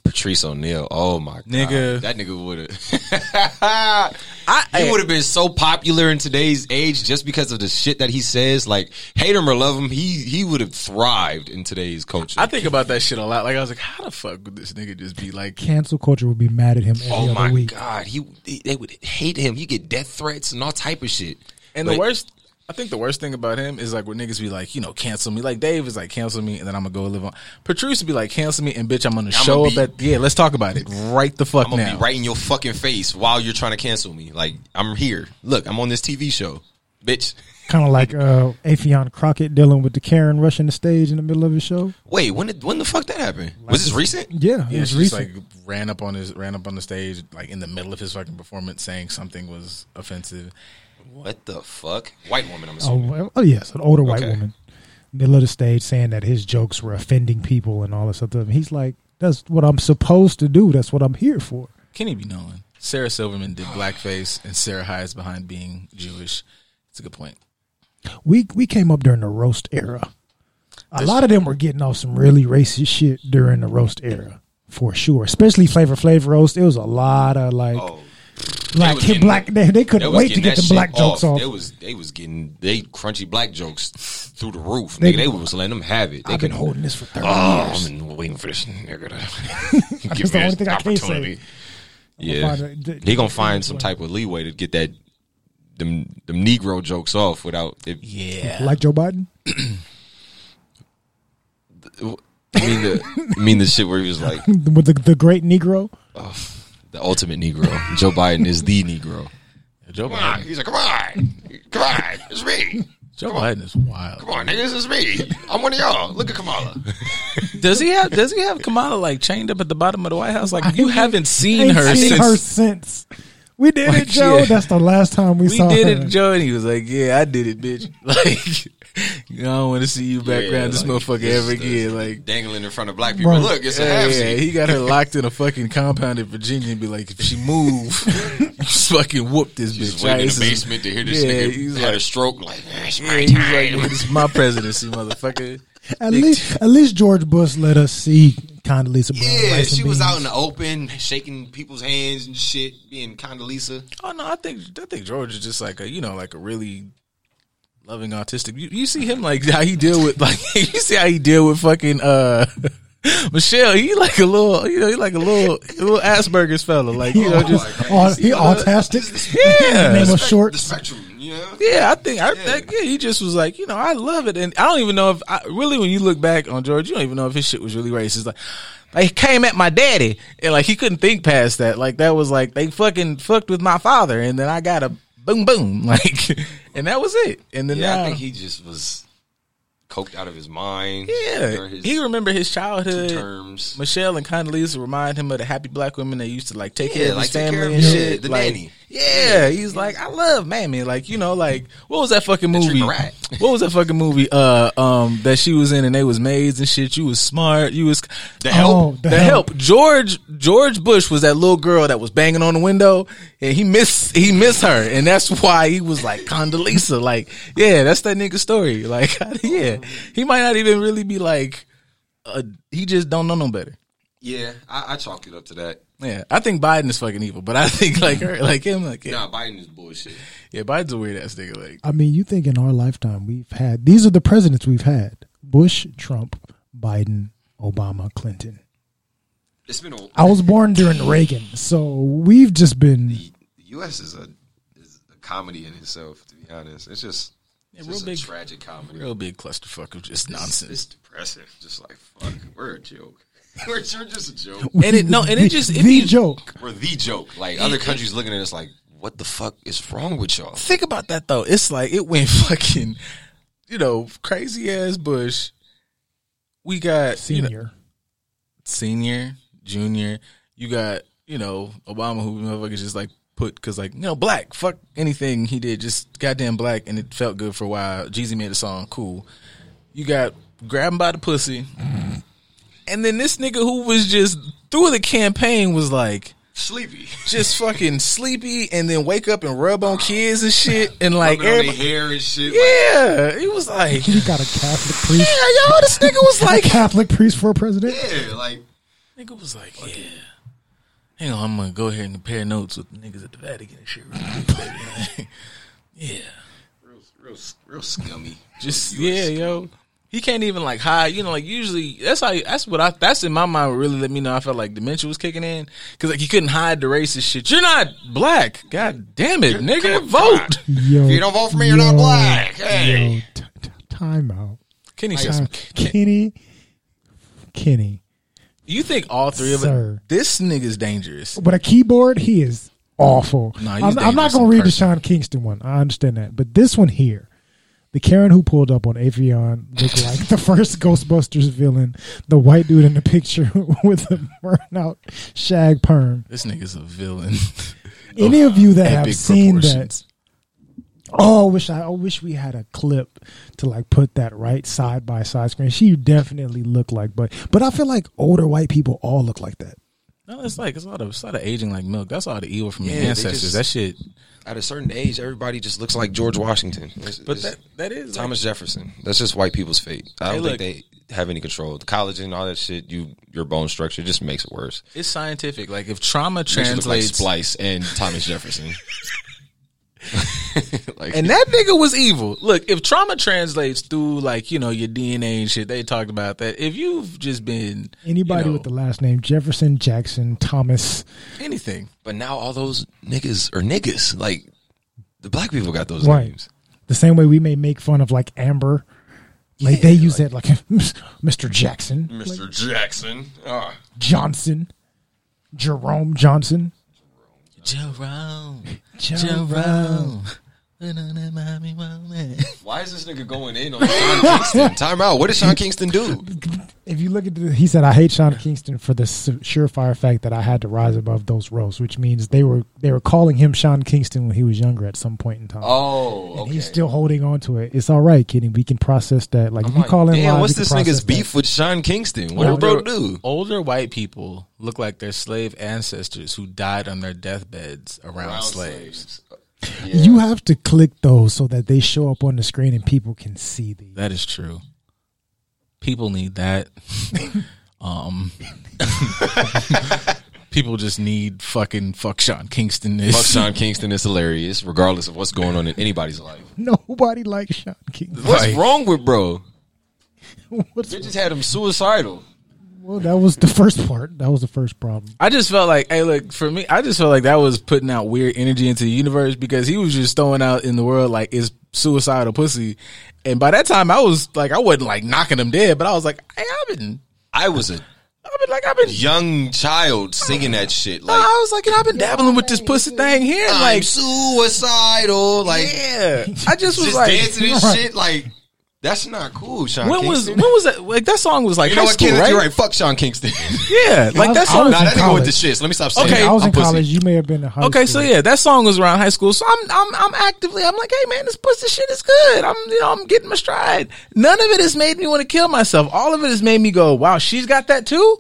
[SPEAKER 6] Patrice O'Neal. Oh my god,
[SPEAKER 5] Nigga.
[SPEAKER 6] that nigga would have. he would have been so popular in today's age just because of the shit that he says. Like, hate him or love him, he he would have thrived in today's culture.
[SPEAKER 5] I think about that shit a lot. Like I was like, how the fuck would this nigga just be like
[SPEAKER 3] Cancel culture would be mad at him every
[SPEAKER 6] oh
[SPEAKER 3] other
[SPEAKER 6] my
[SPEAKER 3] week.
[SPEAKER 6] god, he they- they would hate him. He get death threats and all type of shit.
[SPEAKER 5] And
[SPEAKER 6] But
[SPEAKER 5] the worst, I think the worst thing about him is like when niggas be like, you know, cancel me. Like Dave is like, cancel me, and then I'm gonna go live on. Patrice would be like, cancel me, and bitch, I'm gonna show
[SPEAKER 6] be-
[SPEAKER 5] up at yeah. Let's talk about it right the fuck
[SPEAKER 6] I'm gonna
[SPEAKER 5] now.
[SPEAKER 6] be right in your fucking face while you're trying to cancel me. Like, I'm here. Look, I'm on this TV show, bitch.
[SPEAKER 3] Kind of like uh, Afion Crockett dealing with the Karen rushing the stage in the middle of his show.
[SPEAKER 6] Wait, when did when the fuck that happened? Was this recent?
[SPEAKER 3] Yeah, it
[SPEAKER 5] Yeah,
[SPEAKER 3] was
[SPEAKER 5] she just
[SPEAKER 3] recent.
[SPEAKER 5] like ran up on his ran up on the stage like in the middle of his fucking performance saying something was offensive.
[SPEAKER 6] What the fuck? White woman, I'm
[SPEAKER 3] oh,
[SPEAKER 6] assuming.
[SPEAKER 3] well, oh yes, an older white
[SPEAKER 6] Okay.
[SPEAKER 3] woman, middle of the stage, saying that his jokes were offending people and all this other. And he's like, "That's what I'm supposed to do. That's what I'm here for."
[SPEAKER 5] Kenny B. Nolan, Sarah Silverman did blackface, and Sarah hides behind being Jewish. It's a good point.
[SPEAKER 3] we we came up during the roast era. A lot of them were getting off some really racist shit during the roast era, for sure. Especially Flavor Flavor roast. It was a lot of like black
[SPEAKER 6] Oh. was getting-
[SPEAKER 3] black. They, they
[SPEAKER 6] They
[SPEAKER 3] couldn't
[SPEAKER 6] was
[SPEAKER 3] wait to
[SPEAKER 6] getting that
[SPEAKER 3] get them
[SPEAKER 6] shit
[SPEAKER 3] black jokes off.
[SPEAKER 6] They was they was getting they crunchy black jokes through the roof.
[SPEAKER 3] They-
[SPEAKER 6] nigga, they was letting them have it. They
[SPEAKER 3] I've been
[SPEAKER 6] could
[SPEAKER 3] holding this for thirty
[SPEAKER 6] Oh,
[SPEAKER 3] years.
[SPEAKER 6] I've been waiting for this nigga to give
[SPEAKER 3] That's
[SPEAKER 6] me
[SPEAKER 3] the only
[SPEAKER 6] this
[SPEAKER 3] thing I can say.
[SPEAKER 6] opportunity.
[SPEAKER 3] I'ma
[SPEAKER 6] Yeah,
[SPEAKER 3] find a-
[SPEAKER 6] he gonna find some type of leeway to get that them them Negro jokes off without. It,
[SPEAKER 5] Yeah,
[SPEAKER 3] Like Joe Biden,
[SPEAKER 6] I mean the I mean the shit where he was like
[SPEAKER 3] with the, the great Negro.
[SPEAKER 6] the ultimate Negro. Joe Biden is the Negro.
[SPEAKER 5] Joe
[SPEAKER 6] Come on,
[SPEAKER 5] Biden.
[SPEAKER 6] he's like, come on, come on, it's me.
[SPEAKER 5] Joe Biden is wild.
[SPEAKER 6] Come on, niggas, it's me. I'm one of y'all. Look at Kamala.
[SPEAKER 5] Does he have Does he have Kamala like chained up at the bottom of the White House? Like you haven't seen
[SPEAKER 3] Ain't
[SPEAKER 5] her
[SPEAKER 3] seen
[SPEAKER 5] since
[SPEAKER 3] her since. We did
[SPEAKER 5] Like,
[SPEAKER 3] it, Joe.
[SPEAKER 5] yeah.
[SPEAKER 3] That's the last time we,
[SPEAKER 5] we
[SPEAKER 3] saw
[SPEAKER 5] did
[SPEAKER 3] her.
[SPEAKER 5] it, Joe. And he was like, "Yeah, I did it, bitch. Like, I don't want to see you back
[SPEAKER 6] Yeah,
[SPEAKER 5] around this
[SPEAKER 6] like,
[SPEAKER 5] motherfucker
[SPEAKER 6] this-
[SPEAKER 5] ever
[SPEAKER 6] this-
[SPEAKER 5] again." Like,
[SPEAKER 6] Dangling in front of black people.
[SPEAKER 3] Right.
[SPEAKER 6] Look, it's a
[SPEAKER 5] yeah,
[SPEAKER 6] half
[SPEAKER 5] yeah,
[SPEAKER 6] seat.
[SPEAKER 5] he got her locked in a fucking compound in Virginia and be like, "If she move, you just fucking whoop this
[SPEAKER 6] Just
[SPEAKER 5] bitch."
[SPEAKER 6] waiting
[SPEAKER 5] Right?
[SPEAKER 6] in
[SPEAKER 5] This
[SPEAKER 6] the
[SPEAKER 5] is-
[SPEAKER 6] basement to hear this
[SPEAKER 5] yeah,
[SPEAKER 6] nigga
[SPEAKER 5] He's
[SPEAKER 6] had
[SPEAKER 5] like,
[SPEAKER 6] a stroke. Like, "Ah, it's
[SPEAKER 5] yeah,
[SPEAKER 6] my
[SPEAKER 5] he's like,
[SPEAKER 6] time.
[SPEAKER 5] "This is my presidency, motherfucker."
[SPEAKER 3] At least, at least George Bush let us see Condoleezza Brown.
[SPEAKER 6] Yeah,
[SPEAKER 3] rice and
[SPEAKER 6] she was
[SPEAKER 3] beans.
[SPEAKER 6] out in the open, shaking people's hands and shit, being Condoleezza.
[SPEAKER 5] Oh no, I think I think George is just like a you know like a really loving autistic. You, you see him like how he deal with like you see how he deal with fucking uh Michelle. He like a little you know he like a little little Asperger's fella like you know
[SPEAKER 6] Oh,
[SPEAKER 5] just
[SPEAKER 3] uh, Au- he autistic.
[SPEAKER 5] yeah
[SPEAKER 3] Name was short.
[SPEAKER 6] The spectrum, you know?
[SPEAKER 5] yeah. I think I think yeah, he just was like you know I love it and I don't even know if I really when you look back on George you don't even know if his shit was really racist like. They came at my daddy, and like he couldn't think past that. Like that was like they fucking fucked with my father, and then I got a boom boom, like, and that was it. And then
[SPEAKER 6] Yeah,
[SPEAKER 5] now,
[SPEAKER 6] I think he just was coked out of his mind.
[SPEAKER 5] Yeah,
[SPEAKER 6] during his
[SPEAKER 5] he remember his
[SPEAKER 6] two
[SPEAKER 5] childhood.
[SPEAKER 6] terms.
[SPEAKER 5] Michelle and Condoleezza remind him of the happy black women that used to like take
[SPEAKER 6] Yeah,
[SPEAKER 5] care of
[SPEAKER 6] like,
[SPEAKER 5] his
[SPEAKER 6] take care
[SPEAKER 5] family
[SPEAKER 6] of
[SPEAKER 5] and
[SPEAKER 6] him.
[SPEAKER 5] shit.
[SPEAKER 6] The
[SPEAKER 5] like,
[SPEAKER 6] nanny.
[SPEAKER 5] Yeah, he's like, I love mammy. Like you know, like what was that fucking movie?
[SPEAKER 6] Tree Rat.
[SPEAKER 5] What was that fucking movie? Uh, um, that she was in and they was maids and shit. You was smart. You was the
[SPEAKER 3] Oh, Help.
[SPEAKER 5] The,
[SPEAKER 3] The
[SPEAKER 5] help. George George Bush was that little girl that was banging on the window and he missed he missed her and that's why he was like Condoleezza. Like yeah, that's that nigga story. Like yeah, he might not even really be like. Uh, he just don't know no better.
[SPEAKER 6] Yeah, I, I chalk it up to that.
[SPEAKER 5] Yeah, I think Biden is fucking evil, but I think like her, like him, like yeah,
[SPEAKER 6] Nah, Biden is bullshit.
[SPEAKER 5] yeah Biden's a weird ass nigga. Like
[SPEAKER 3] I mean, you think in our lifetime we've had these are the presidents we've had: Bush, Trump, Biden, Obama, Clinton.
[SPEAKER 6] It's been a
[SPEAKER 3] I was born during Reagan, so we've just been
[SPEAKER 6] the U.S. is a is a comedy in itself. To be honest, it's just it's
[SPEAKER 5] real
[SPEAKER 6] just
[SPEAKER 5] big-
[SPEAKER 6] a tragic comedy.
[SPEAKER 5] real big clusterfuck of just
[SPEAKER 6] it's,
[SPEAKER 5] nonsense.
[SPEAKER 6] it's depressing. Just like fuck, we're a joke. we're, we're just a joke.
[SPEAKER 5] And it no, and it just it
[SPEAKER 3] the
[SPEAKER 5] be-
[SPEAKER 3] joke.
[SPEAKER 6] We're the joke. Like other countries looking at us like, what the fuck is wrong with y'all?
[SPEAKER 5] think about that though. It's like it went fucking, you know, crazy ass Bush. We got
[SPEAKER 3] Senior,
[SPEAKER 5] you know, senior, junior. You got you know Obama, who motherfuckers just like put because like you know black fuck anything he did, just goddamn black, and it felt good for a while. Jeezy made a song, cool. You got grab him by the pussy, and then this nigga who was just through the campaign was like
[SPEAKER 6] Sleepy.
[SPEAKER 5] just fucking sleepy, and then wake up and rub on kids and shit, and like
[SPEAKER 6] Rubbing on their
[SPEAKER 5] everybody.
[SPEAKER 6] hair and shit. like,
[SPEAKER 5] Yeah, he was like, yeah,
[SPEAKER 3] you got a Catholic priest.
[SPEAKER 5] yo, this nigga was like,
[SPEAKER 3] a Catholic priest for a president.
[SPEAKER 6] yeah, like
[SPEAKER 5] nigga was like, yeah. Hang on, I'm gonna go here and compare notes with the niggas at the Vatican and shit. Real quick. yeah,
[SPEAKER 6] real, real, real scummy.
[SPEAKER 5] just
[SPEAKER 6] You a
[SPEAKER 5] yeah, yo. He can't even like hide, you know. Like usually, that's how. That's what I. That's in my mind. what Really let me know. I felt like dementia was kicking in because like he couldn't hide the racist shit. You're not black. God damn it, nigga, vote.
[SPEAKER 3] Yo,
[SPEAKER 6] If you don't vote for me, you're not
[SPEAKER 3] yo,
[SPEAKER 6] black. Hey.
[SPEAKER 3] Yo, t- t- time out.
[SPEAKER 5] Kenny says,
[SPEAKER 3] Time. Kenny, Kenny.
[SPEAKER 5] "You think all three of us?
[SPEAKER 3] Sir.
[SPEAKER 5] This nigga's dangerous.
[SPEAKER 3] But a keyboard, he is awful.
[SPEAKER 5] Nah, he's
[SPEAKER 3] I'm, I'm not
[SPEAKER 5] dangerous
[SPEAKER 3] going
[SPEAKER 5] in
[SPEAKER 3] to read
[SPEAKER 5] person.
[SPEAKER 3] the Sean Kingston one. I understand that. But this one here, the Karen who pulled up on Avion looked like the first Ghostbusters villain, the white dude in the picture with the burnout shag perm.
[SPEAKER 5] This nigga's a villain."
[SPEAKER 3] Any of you that have
[SPEAKER 5] Oh, epic
[SPEAKER 3] seen that,
[SPEAKER 5] proportions.
[SPEAKER 3] oh, I wish I, I wish we had a clip to like put that right side by side screen. She definitely looked like, but but I feel like older white people all look like that.
[SPEAKER 5] No, it's like it's a lot of it's a lot of aging like milk. That's all the evil from your
[SPEAKER 6] Yeah, they
[SPEAKER 5] ancestors.
[SPEAKER 6] just-
[SPEAKER 5] that shit.
[SPEAKER 6] At a certain age, everybody just looks like George Washington. It's-
[SPEAKER 5] But
[SPEAKER 6] it's-
[SPEAKER 5] that that is
[SPEAKER 6] Thomas Jefferson. That's just white people's fate. I
[SPEAKER 5] Hey,
[SPEAKER 6] don't
[SPEAKER 5] look.
[SPEAKER 6] think they have any control. The collagen, all that shit, you your bone structure just makes it worse.
[SPEAKER 5] like, it's scientific. Like if trauma
[SPEAKER 6] Makes you look like
[SPEAKER 5] translates,
[SPEAKER 6] Splice and Thomas Jefferson. like
[SPEAKER 5] and that nigga was evil. Look, if trauma translates through like you know your DNA and shit, they talked about that. If you've just been
[SPEAKER 3] Anybody
[SPEAKER 5] you know,
[SPEAKER 3] with the last name Jefferson, Jackson, Thomas,
[SPEAKER 5] anything,
[SPEAKER 6] but now all those niggas are niggas. Like the black people got those
[SPEAKER 3] Right.
[SPEAKER 6] names.
[SPEAKER 3] The same way we may make fun of like Amber. Like they use that like Mr. Jackson,
[SPEAKER 6] Mr. Jackson. Ah.
[SPEAKER 3] Johnson, Jerome Johnson.
[SPEAKER 5] Jerome,
[SPEAKER 3] Jerome.
[SPEAKER 5] Jerome. went on a mommy moment.
[SPEAKER 6] Why is this nigga going in on Sean Kingston? Time out. What did Sean Kingston do?
[SPEAKER 3] If you look at the, he said, I hate Sean Kingston for the su- surefire fact that I had to rise above those roles, which means they were they were calling him Sean Kingston when he was younger at some point in time.
[SPEAKER 6] Oh,
[SPEAKER 3] And
[SPEAKER 6] okay.
[SPEAKER 3] He's still holding on to it. It's all right, Kenny. We can process that. Like if you
[SPEAKER 6] Like,
[SPEAKER 3] call him,
[SPEAKER 6] damn,
[SPEAKER 3] live,
[SPEAKER 6] what's
[SPEAKER 3] we can
[SPEAKER 6] this nigga's
[SPEAKER 3] process that.
[SPEAKER 6] beef with Sean Kingston? What did bro do?
[SPEAKER 5] Older white people look like their slave ancestors who died on their deathbeds around, slaves.
[SPEAKER 3] You have to click those so that they show up on the screen and people can see these.
[SPEAKER 5] That is true. People need that. Um, people just need fucking fuck Sean Kingston. This
[SPEAKER 6] Fuck Sean Kingston is hilarious, regardless of what's going on in anybody's life.
[SPEAKER 3] Nobody likes Sean King.
[SPEAKER 6] What's
[SPEAKER 5] Right.
[SPEAKER 6] wrong with bro?
[SPEAKER 3] What's-
[SPEAKER 6] They just had him suicidal.
[SPEAKER 3] well, that was the first part. That was the first problem.
[SPEAKER 5] I just felt like, hey, look, for me, I just felt like that was putting out weird energy into the universe because he was just throwing out in the world like it's suicidal pussy. And by that time, I was like, I wasn't like knocking him dead, but I was like, hey, I've been,
[SPEAKER 6] I was a
[SPEAKER 5] I've been like, I've been,
[SPEAKER 6] young child singing that shit.
[SPEAKER 5] I
[SPEAKER 6] Like,
[SPEAKER 5] was like, you know, I've been dabbling with this pussy thing here, and,
[SPEAKER 6] I'm
[SPEAKER 5] Ah, like,
[SPEAKER 6] suicidal. Like,
[SPEAKER 5] yeah, I just was
[SPEAKER 6] just
[SPEAKER 5] like,
[SPEAKER 6] dancing and
[SPEAKER 3] Right.
[SPEAKER 6] shit. Like, that's not cool, Sean
[SPEAKER 5] when was
[SPEAKER 6] Kingston.
[SPEAKER 5] when was that? Like that song was like
[SPEAKER 6] you
[SPEAKER 5] high
[SPEAKER 6] know what,
[SPEAKER 5] school,
[SPEAKER 6] Kenneth?
[SPEAKER 5] right?
[SPEAKER 6] You're right. Fuck Sean Kingston.
[SPEAKER 5] Yeah, like that
[SPEAKER 3] I
[SPEAKER 5] song.
[SPEAKER 3] was
[SPEAKER 6] nah,
[SPEAKER 3] in
[SPEAKER 6] that nigga with
[SPEAKER 3] college.
[SPEAKER 6] the shits. Let me stop saying
[SPEAKER 5] Okay,
[SPEAKER 6] that.
[SPEAKER 3] I was
[SPEAKER 6] I'm
[SPEAKER 3] in
[SPEAKER 6] pussy.
[SPEAKER 3] college. You may have been in high
[SPEAKER 5] Okay, so
[SPEAKER 3] school.
[SPEAKER 5] yeah, that song was around high school. So I'm I'm I'm actively I'm like, hey man, this pussy shit is good. I'm you know I'm getting my stride. None of it has made me want to kill myself. All of it has made me go, wow, she's got that too.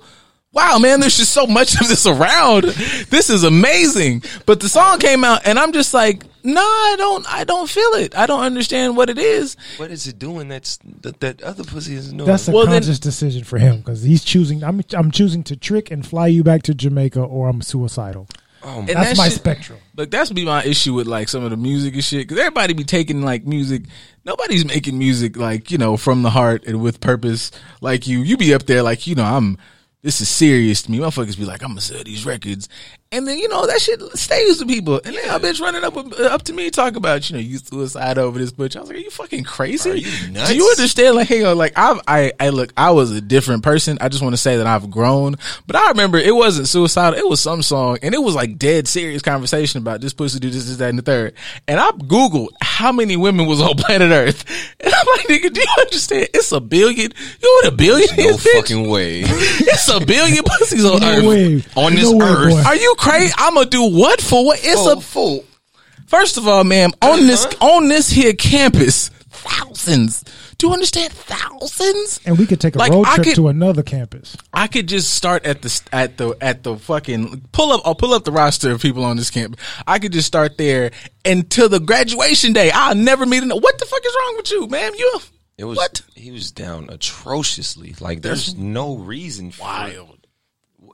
[SPEAKER 5] Wow, man, there's just so much of this around. This is amazing. But the song came out, and I'm just like, no, I don't I don't feel it. I don't understand what it is.
[SPEAKER 6] What is it doing? That's that, that other pussy is doing.
[SPEAKER 3] That's a
[SPEAKER 5] Well, then-
[SPEAKER 3] conscious decision for him because he's choosing. I'm I'm choosing to trick and fly you back to Jamaica, or I'm suicidal.
[SPEAKER 5] And
[SPEAKER 3] That's
[SPEAKER 5] that
[SPEAKER 3] my
[SPEAKER 5] shit-
[SPEAKER 3] spectrum.
[SPEAKER 5] Like that's be my issue with like some of the music and shit because everybody be taking like music. Nobody's making music like you know from the heart and with purpose. Like you, you be up there like you know I'm. This is serious to me. Motherfuckers be like, I'm gonna sell these records, and then you know that shit stays with people. And then a bitch running up with- up to me talking about you know you suicide over this bitch. I was like, are you fucking crazy?
[SPEAKER 6] Are you nuts?
[SPEAKER 5] Do you understand? Like, hang on, like I've, I, I look, I was a different person. I just want to say that I've grown, but I remember it wasn't suicidal. It was some song, and it was like dead serious conversation about this pussy do this, this, that, and the third. And I googled how many women was on planet Earth, and I'm like, nigga, do you understand? It's a billion. You know what a billion
[SPEAKER 6] no
[SPEAKER 5] is? bitch?
[SPEAKER 6] fucking way.
[SPEAKER 5] It's a billion pussies on
[SPEAKER 3] No
[SPEAKER 5] Earth.
[SPEAKER 3] way.
[SPEAKER 6] on this
[SPEAKER 3] No way,
[SPEAKER 6] earth.
[SPEAKER 3] boy.
[SPEAKER 5] Are you crazy? I'm gonna do what for what? It's
[SPEAKER 6] Oh,
[SPEAKER 5] a
[SPEAKER 6] fool. Uh-huh.
[SPEAKER 5] First of all, ma'am, on this on this here campus, thousands. Do you understand? Thousands.
[SPEAKER 3] And we could take a
[SPEAKER 5] Like,
[SPEAKER 3] road
[SPEAKER 5] I
[SPEAKER 3] trip
[SPEAKER 5] could-
[SPEAKER 3] to another campus.
[SPEAKER 5] I could just start at the at the at the fucking pull up. I'll pull up the roster of people on this camp. I could just start there until the graduation day. I'll never meet. Another, what the fuck is wrong with you, ma'am? You
[SPEAKER 6] It was
[SPEAKER 5] what?
[SPEAKER 6] he was down atrociously. Like there's no reason for wild.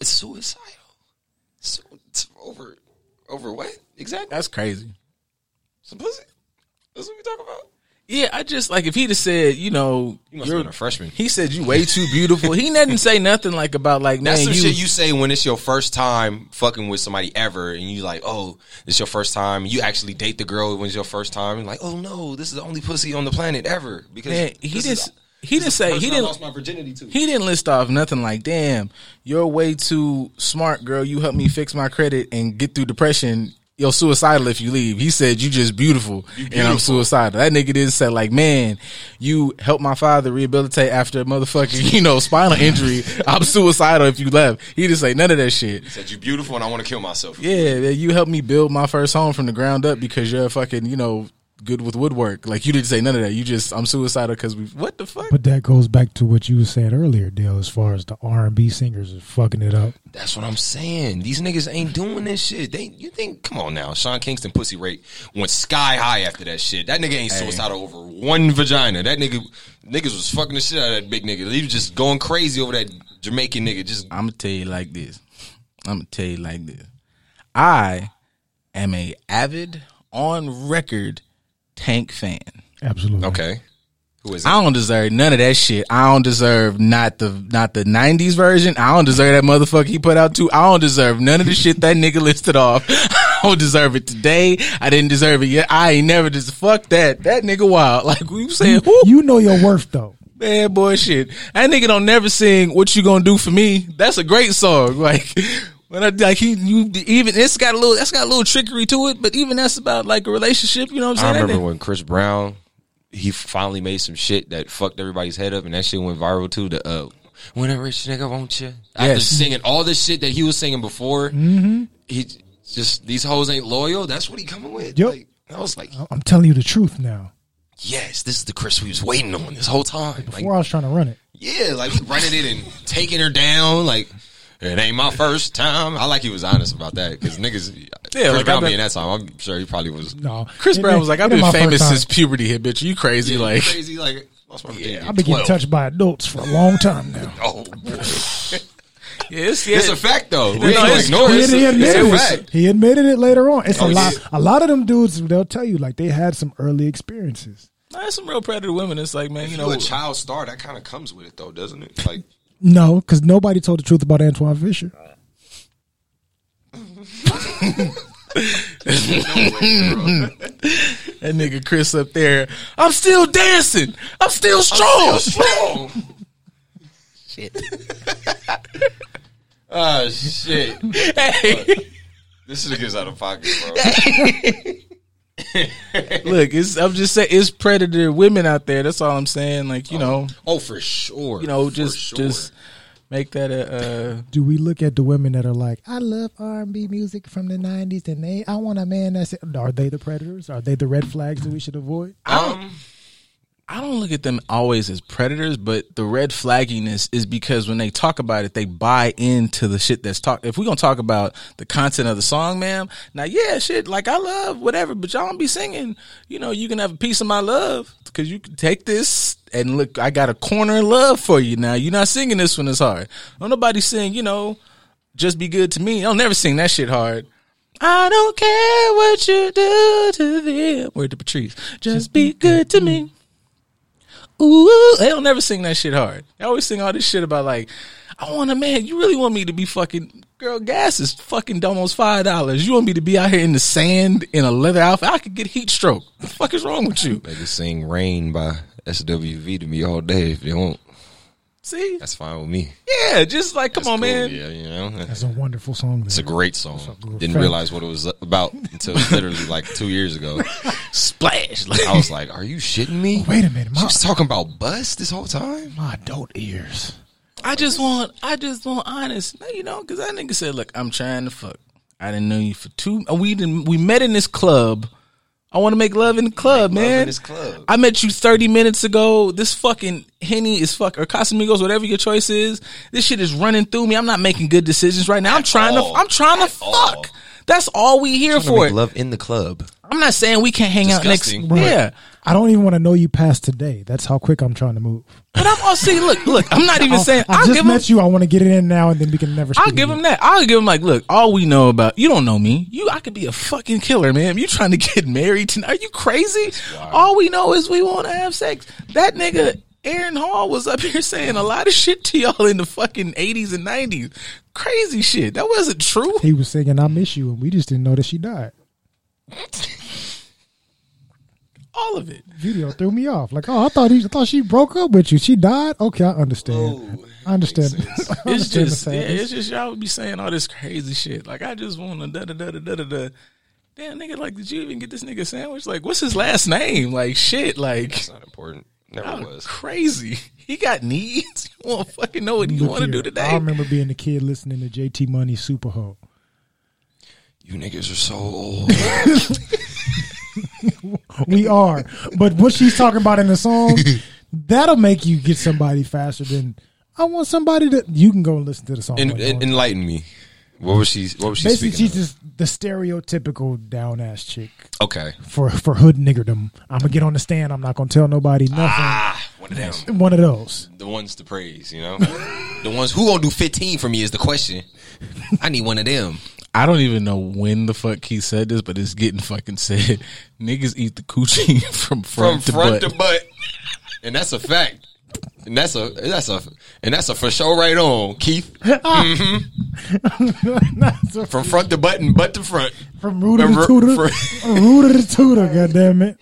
[SPEAKER 6] It's suicidal. So it's over over what? Exactly.
[SPEAKER 5] That's crazy.
[SPEAKER 6] Some pussy. That's what we talk about.
[SPEAKER 5] Yeah, I just like if he'd have said, you know,
[SPEAKER 6] You must have
[SPEAKER 5] you're-
[SPEAKER 6] been a freshman.
[SPEAKER 5] He said you way too beautiful. he didn't say nothing like about like man,
[SPEAKER 6] That's some
[SPEAKER 5] you,
[SPEAKER 6] shit you say when it's your first time fucking with somebody ever, and you like, oh, it's your first time. You actually date the girl when it's your first time, and like, oh no, this is the only pussy on the planet ever. Because
[SPEAKER 5] man, he
[SPEAKER 6] this
[SPEAKER 5] didn't
[SPEAKER 6] is
[SPEAKER 5] s- he didn't
[SPEAKER 6] the
[SPEAKER 5] say
[SPEAKER 6] person
[SPEAKER 5] he
[SPEAKER 6] I
[SPEAKER 5] didn't
[SPEAKER 6] lost my virginity to.
[SPEAKER 5] He didn't list off nothing like, damn, you're way too smart, girl. You helped me fix my credit and get through depression. You're suicidal if you leave. He said, you just beautiful, and I'm suicidal. That nigga didn't say, like, man, you helped my father rehabilitate after a motherfucking, you know, spinal injury. I'm suicidal if you left. He didn't say none of that shit.
[SPEAKER 6] said you beautiful, and I want to kill myself.
[SPEAKER 5] Yeah, that you helped me build my first home from the ground up because you're fucking, you know, good with woodwork. Like, you didn't say none of that. You just, I'm suicidal because we, what the fuck?
[SPEAKER 3] But that goes back to what you were saying earlier, Dale, as far as the R and B singers are fucking it up.
[SPEAKER 6] That's what I'm saying. These niggas ain't doing this shit. They, you think? Come on now, Sean Kingston pussy rate went sky high after that shit. That nigga ain't suicidal over one vagina. That nigga, niggas was fucking the shit out of that big nigga. He was just going crazy over that Jamaican nigga. Just
[SPEAKER 5] I'm gonna tell you like this. I'm gonna tell you like this. I am a avid on record Tank fan.
[SPEAKER 3] Absolutely.
[SPEAKER 6] okay. Who is it?
[SPEAKER 5] I don't deserve none of that shit. I don't deserve not the not the '90s version. I don't deserve that motherfucker he put out too. I don't deserve none of the shit that nigga listed off. I don't deserve it today. I didn't deserve it yet. I ain't never just fuck that. That nigga wild. Like we saying, who
[SPEAKER 3] You know your worth though.
[SPEAKER 5] Bad boy shit. That nigga don't never sing "What You Gonna Do for Me." That's a great song. Like when I like he you even it's got a little that's got a little trickery to it, but even that's about like a relationship. You know what I'm
[SPEAKER 6] I
[SPEAKER 5] saying? That
[SPEAKER 6] remember
[SPEAKER 5] nigga-
[SPEAKER 6] when Chris Brown he finally made some shit that fucked everybody's head up, and that shit went viral too. The uh, when a rich nigga want you after
[SPEAKER 5] Yes. Mm-hmm.
[SPEAKER 6] singing all this shit that he was singing before, he j- just these hoes ain't loyal. That's what he coming with.
[SPEAKER 3] Yep.
[SPEAKER 6] Like, I was like,
[SPEAKER 3] I'm telling you the truth now.
[SPEAKER 6] yes, this is the Chris we was waiting on this whole time. Like,
[SPEAKER 3] Before I was trying to run it.
[SPEAKER 6] yeah, like we running it and taking her down. Like, it ain't my first time. I like he was honest about that because niggas, Chris
[SPEAKER 5] like, I
[SPEAKER 6] Brown
[SPEAKER 5] bet-
[SPEAKER 6] being that time, I'm sure he probably was
[SPEAKER 3] No.
[SPEAKER 5] Chris
[SPEAKER 3] It-
[SPEAKER 5] Brown
[SPEAKER 3] it-
[SPEAKER 5] was like, "I've
[SPEAKER 3] it ain't
[SPEAKER 5] been
[SPEAKER 3] my first
[SPEAKER 5] famous
[SPEAKER 3] time.
[SPEAKER 5] since puberty, here, bitch. You crazy? like
[SPEAKER 6] crazy. Like, lost my virginity
[SPEAKER 3] I've been getting touched by adults for a long time now.
[SPEAKER 6] Oh,
[SPEAKER 5] It's,
[SPEAKER 6] It's a fact though. We ain't
[SPEAKER 5] No,
[SPEAKER 6] gonna
[SPEAKER 5] it's-
[SPEAKER 6] ignore
[SPEAKER 3] he,
[SPEAKER 6] it. It's a-
[SPEAKER 3] he
[SPEAKER 6] it's
[SPEAKER 3] admitted
[SPEAKER 6] a
[SPEAKER 3] it.
[SPEAKER 6] fact.
[SPEAKER 3] He admitted it later on. It's
[SPEAKER 6] Oh,
[SPEAKER 3] a
[SPEAKER 6] yeah.
[SPEAKER 3] lot. A lot of them dudes, they'll tell you like they had some early experiences.
[SPEAKER 5] There's some real predator women. It's like, man, you
[SPEAKER 6] You
[SPEAKER 5] know,
[SPEAKER 6] know, a child star that kind of comes with it though, doesn't it? Like
[SPEAKER 3] No, because nobody told the truth about Antoine Fisher.
[SPEAKER 5] that nigga Chris up there. I'm still dancing. I'm still strong. Ah,
[SPEAKER 6] oh shit, this nigga's out of pocket, bro.
[SPEAKER 5] Look, it's, I'm just saying, it's predator women out there. That's all I'm saying. Like, you know,
[SPEAKER 6] Oh, for sure.
[SPEAKER 5] you know,
[SPEAKER 6] For
[SPEAKER 5] just
[SPEAKER 6] sure.
[SPEAKER 5] just make that a. Uh,
[SPEAKER 3] Do we look at the women that are like, I love R and B music from the '90s, and they, I want a man that's. Are they the predators? Are they the red flags that we should avoid?
[SPEAKER 6] Um,
[SPEAKER 5] I don't look at them always as predators, but the red flagginess is because when they talk about it, they buy into the shit that's talked. If we're gonna talk about the content of the song, ma'am, now yeah, shit, like I love whatever, but y'all don't be singing. You know, you can have a piece of my love because you can take this and look. I got a corner of love for you now. You're not singing this one as hard. Don't nobody sing. You know, just be good to me. I'll never sing that shit hard. I don't care what you do to them. Word to Patrice. Just be good to me. Ooh, they don't never sing that shit hard. They always sing all this shit about like, I want a man. You really want me to be fucking girl? Gas is fucking almost five dollars. You want me to be out here in the sand in a leather outfit? I could get heat stroke. What the fuck is wrong with you?
[SPEAKER 6] they can sing "Rain" by SWV to me all day. If they won't,
[SPEAKER 5] See,
[SPEAKER 6] that's fine with me.
[SPEAKER 5] yeah, just like come
[SPEAKER 6] That's
[SPEAKER 5] on,
[SPEAKER 6] cool,
[SPEAKER 5] man.
[SPEAKER 6] Yeah, you know,
[SPEAKER 3] That's a wonderful song.
[SPEAKER 6] it's a
[SPEAKER 3] man.
[SPEAKER 6] great song.
[SPEAKER 3] good
[SPEAKER 6] Didn't
[SPEAKER 3] friend.
[SPEAKER 6] realize what it was about until literally like two years ago.
[SPEAKER 5] Splash. Like,
[SPEAKER 6] I was like, "Are you shitting me?"
[SPEAKER 3] Wait a minute,
[SPEAKER 6] She
[SPEAKER 3] my,
[SPEAKER 6] was talking about bus this whole time.
[SPEAKER 3] my adult ears.
[SPEAKER 5] I just want, I just want honest. No, you don't, because that nigga said, "Look, I'm trying to fuck. I didn't know you for two. uh, We didn't. We met in this club. I want to make love in the club, man.
[SPEAKER 6] in this club.
[SPEAKER 5] I met you 30 minutes ago. This fucking henny is fuck or Casamigos, whatever your choice is. This shit is running through me. I'm not making good decisions right now. I'm trying
[SPEAKER 6] all.
[SPEAKER 5] to. I'm trying to
[SPEAKER 6] At
[SPEAKER 5] fuck.
[SPEAKER 6] all.
[SPEAKER 5] That's all we here for.
[SPEAKER 6] Make love in the club.
[SPEAKER 5] I'm not saying we can't hang
[SPEAKER 6] Disgusting,
[SPEAKER 5] out
[SPEAKER 6] but-
[SPEAKER 5] next. Yeah.
[SPEAKER 3] I don't even want to know you past today. That's how quick I'm trying to move.
[SPEAKER 5] But I'm also look, look. I'm not even saying.
[SPEAKER 3] I
[SPEAKER 5] I'll
[SPEAKER 3] just
[SPEAKER 5] give him,
[SPEAKER 3] met you. I want to get it in now, and then we can never.
[SPEAKER 5] I'll
[SPEAKER 3] speak
[SPEAKER 5] give
[SPEAKER 3] again.
[SPEAKER 5] him that. I'll give him like, look, all we know about you don't know me. You, I could be a fucking killer, man. You trying to get married tonight? Are you crazy? All we know is we want to have sex. That nigga Aaron Hall was up here saying a lot of shit to y'all in the fucking eighties and nineties. Crazy shit. That wasn't true.
[SPEAKER 3] He was singing "I Miss You," and we just didn't know that she died.
[SPEAKER 5] All of it.
[SPEAKER 3] Video threw me off. Like, oh, I thought he, I thought she broke up with you. She died. Okay, I understand. I understand. I
[SPEAKER 5] Oh, It's
[SPEAKER 3] understand the
[SPEAKER 5] just, yeah,
[SPEAKER 3] sadness.
[SPEAKER 5] it's just y'all be saying all this crazy shit. Like I just want to da da da da da da da. Damn nigga, like did you even get this nigga sandwich? Like what's his last name? Like shit, like.
[SPEAKER 6] It's not important. Never
[SPEAKER 5] That was
[SPEAKER 6] was.
[SPEAKER 5] crazy. He got needs. You won't fucking know what he
[SPEAKER 3] Look
[SPEAKER 5] want to
[SPEAKER 3] here,
[SPEAKER 5] do today.
[SPEAKER 3] I remember being a kid listening to JT Money Super Hole.
[SPEAKER 6] You niggas are so old.
[SPEAKER 3] We are, but what she's talking about in the song, that'll make you get somebody faster than I want somebody to. You can go and listen to the song.
[SPEAKER 6] En-
[SPEAKER 3] like,
[SPEAKER 6] en- enlighten me. What was she? What was she
[SPEAKER 3] Basically,
[SPEAKER 6] speaking?
[SPEAKER 3] she's just the stereotypical down ass chick
[SPEAKER 6] of? Okay.
[SPEAKER 3] for for hood niggerdom. I'm gonna get on the stand. I'm not gonna tell nobody nothing.
[SPEAKER 6] Ah, one of them.
[SPEAKER 3] One of those.
[SPEAKER 6] The ones to praise, you know. the ones who gonna do fifteen for me is the question. I need one of them.
[SPEAKER 5] I don't even know when the fuck he said this, but it's getting fucking said. Niggas eat the coochie from
[SPEAKER 6] From
[SPEAKER 5] front to
[SPEAKER 6] front
[SPEAKER 5] butt.
[SPEAKER 6] to butt, and that's a fact. And that's a that's a and that's a for sure right on Keith. Mm-hmm. From front to butt and butt to front.
[SPEAKER 3] From rooter to
[SPEAKER 6] From-
[SPEAKER 3] tutor, rooter to tutor. God damn it!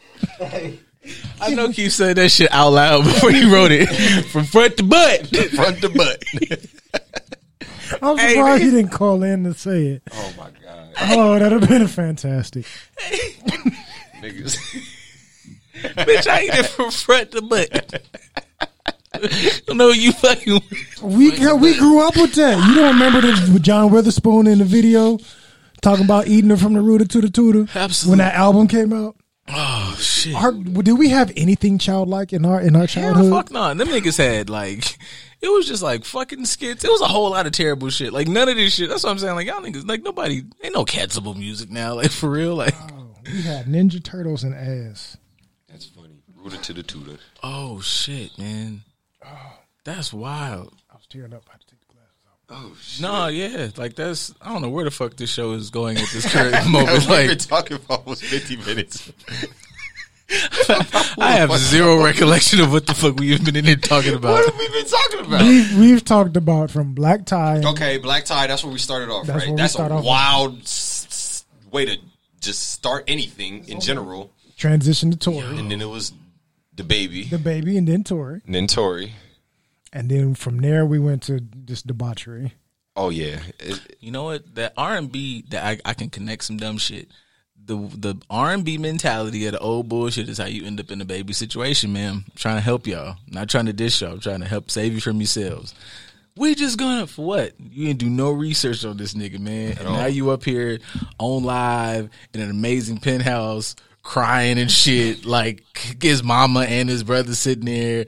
[SPEAKER 5] I know he said that shit out loud before he wrote it. from front to butt.
[SPEAKER 6] Front to butt.
[SPEAKER 3] I'm
[SPEAKER 5] Hey,
[SPEAKER 3] surprised
[SPEAKER 5] man.
[SPEAKER 3] he didn't call in to say it.
[SPEAKER 6] oh my god,
[SPEAKER 3] Oh, that'd have been fantastic.
[SPEAKER 6] niggas.
[SPEAKER 5] Bitch, I eat it from front to butt. no, you fucking.
[SPEAKER 3] We got, we grew up with that. You don't remember the with John Witherspoon in the video talking about eating her from the rooter to the tutor?
[SPEAKER 5] Absolutely.
[SPEAKER 3] When that album came out,
[SPEAKER 5] Oh, shit.
[SPEAKER 3] our, did we have anything childlike in our in our
[SPEAKER 5] Hell,
[SPEAKER 3] childhood?
[SPEAKER 5] fuck no. Them niggas had like it was just like fucking skits. It was a whole lot of terrible shit. Like none of this shit. That's what I'm saying. Like y'all niggas, like nobody ain't no cancelable music now. Like for real. Like
[SPEAKER 3] We had Ninja Turtles and ass.
[SPEAKER 6] That's funny. Rooted to the tutor.
[SPEAKER 5] oh shit, man. That's wild.
[SPEAKER 3] I was tearing up. I had to take the glasses off.
[SPEAKER 5] No, yeah, like that's I don't know where the fuck this show is going at this current moment. Like,
[SPEAKER 6] talking for almost 50 minutes.
[SPEAKER 5] I have zero recollection of what the fuck we even been in here talking about.
[SPEAKER 6] What have we been talking about?
[SPEAKER 3] We've, we've talked about from black tie.
[SPEAKER 6] Okay, black tie. That's where we started off,
[SPEAKER 3] Mhm. That's where
[SPEAKER 6] right?
[SPEAKER 3] we
[SPEAKER 6] That's
[SPEAKER 3] start
[SPEAKER 6] a
[SPEAKER 3] off.
[SPEAKER 6] wild s- s- way to just start anything in general.
[SPEAKER 3] Transition to Tory,
[SPEAKER 6] And then it was the baby,
[SPEAKER 3] the baby, and then Tory,
[SPEAKER 6] and then Tori.
[SPEAKER 3] and then from there we went to just debauchery.
[SPEAKER 6] Oh yeah, It-
[SPEAKER 5] You know what? That R and B that I, I can connect some dumb shit. The the R and B mentality of the old bullshit is how you end up in a baby situation, man. I'm trying to help y'all. I'm not trying to dish y'all. I'm trying to help save you from yourselves. We just gonna for what? You didn't do no research on this nigga, man. And now you up here on live in an amazing penthouse crying and shit. like his mama and his brother sitting there,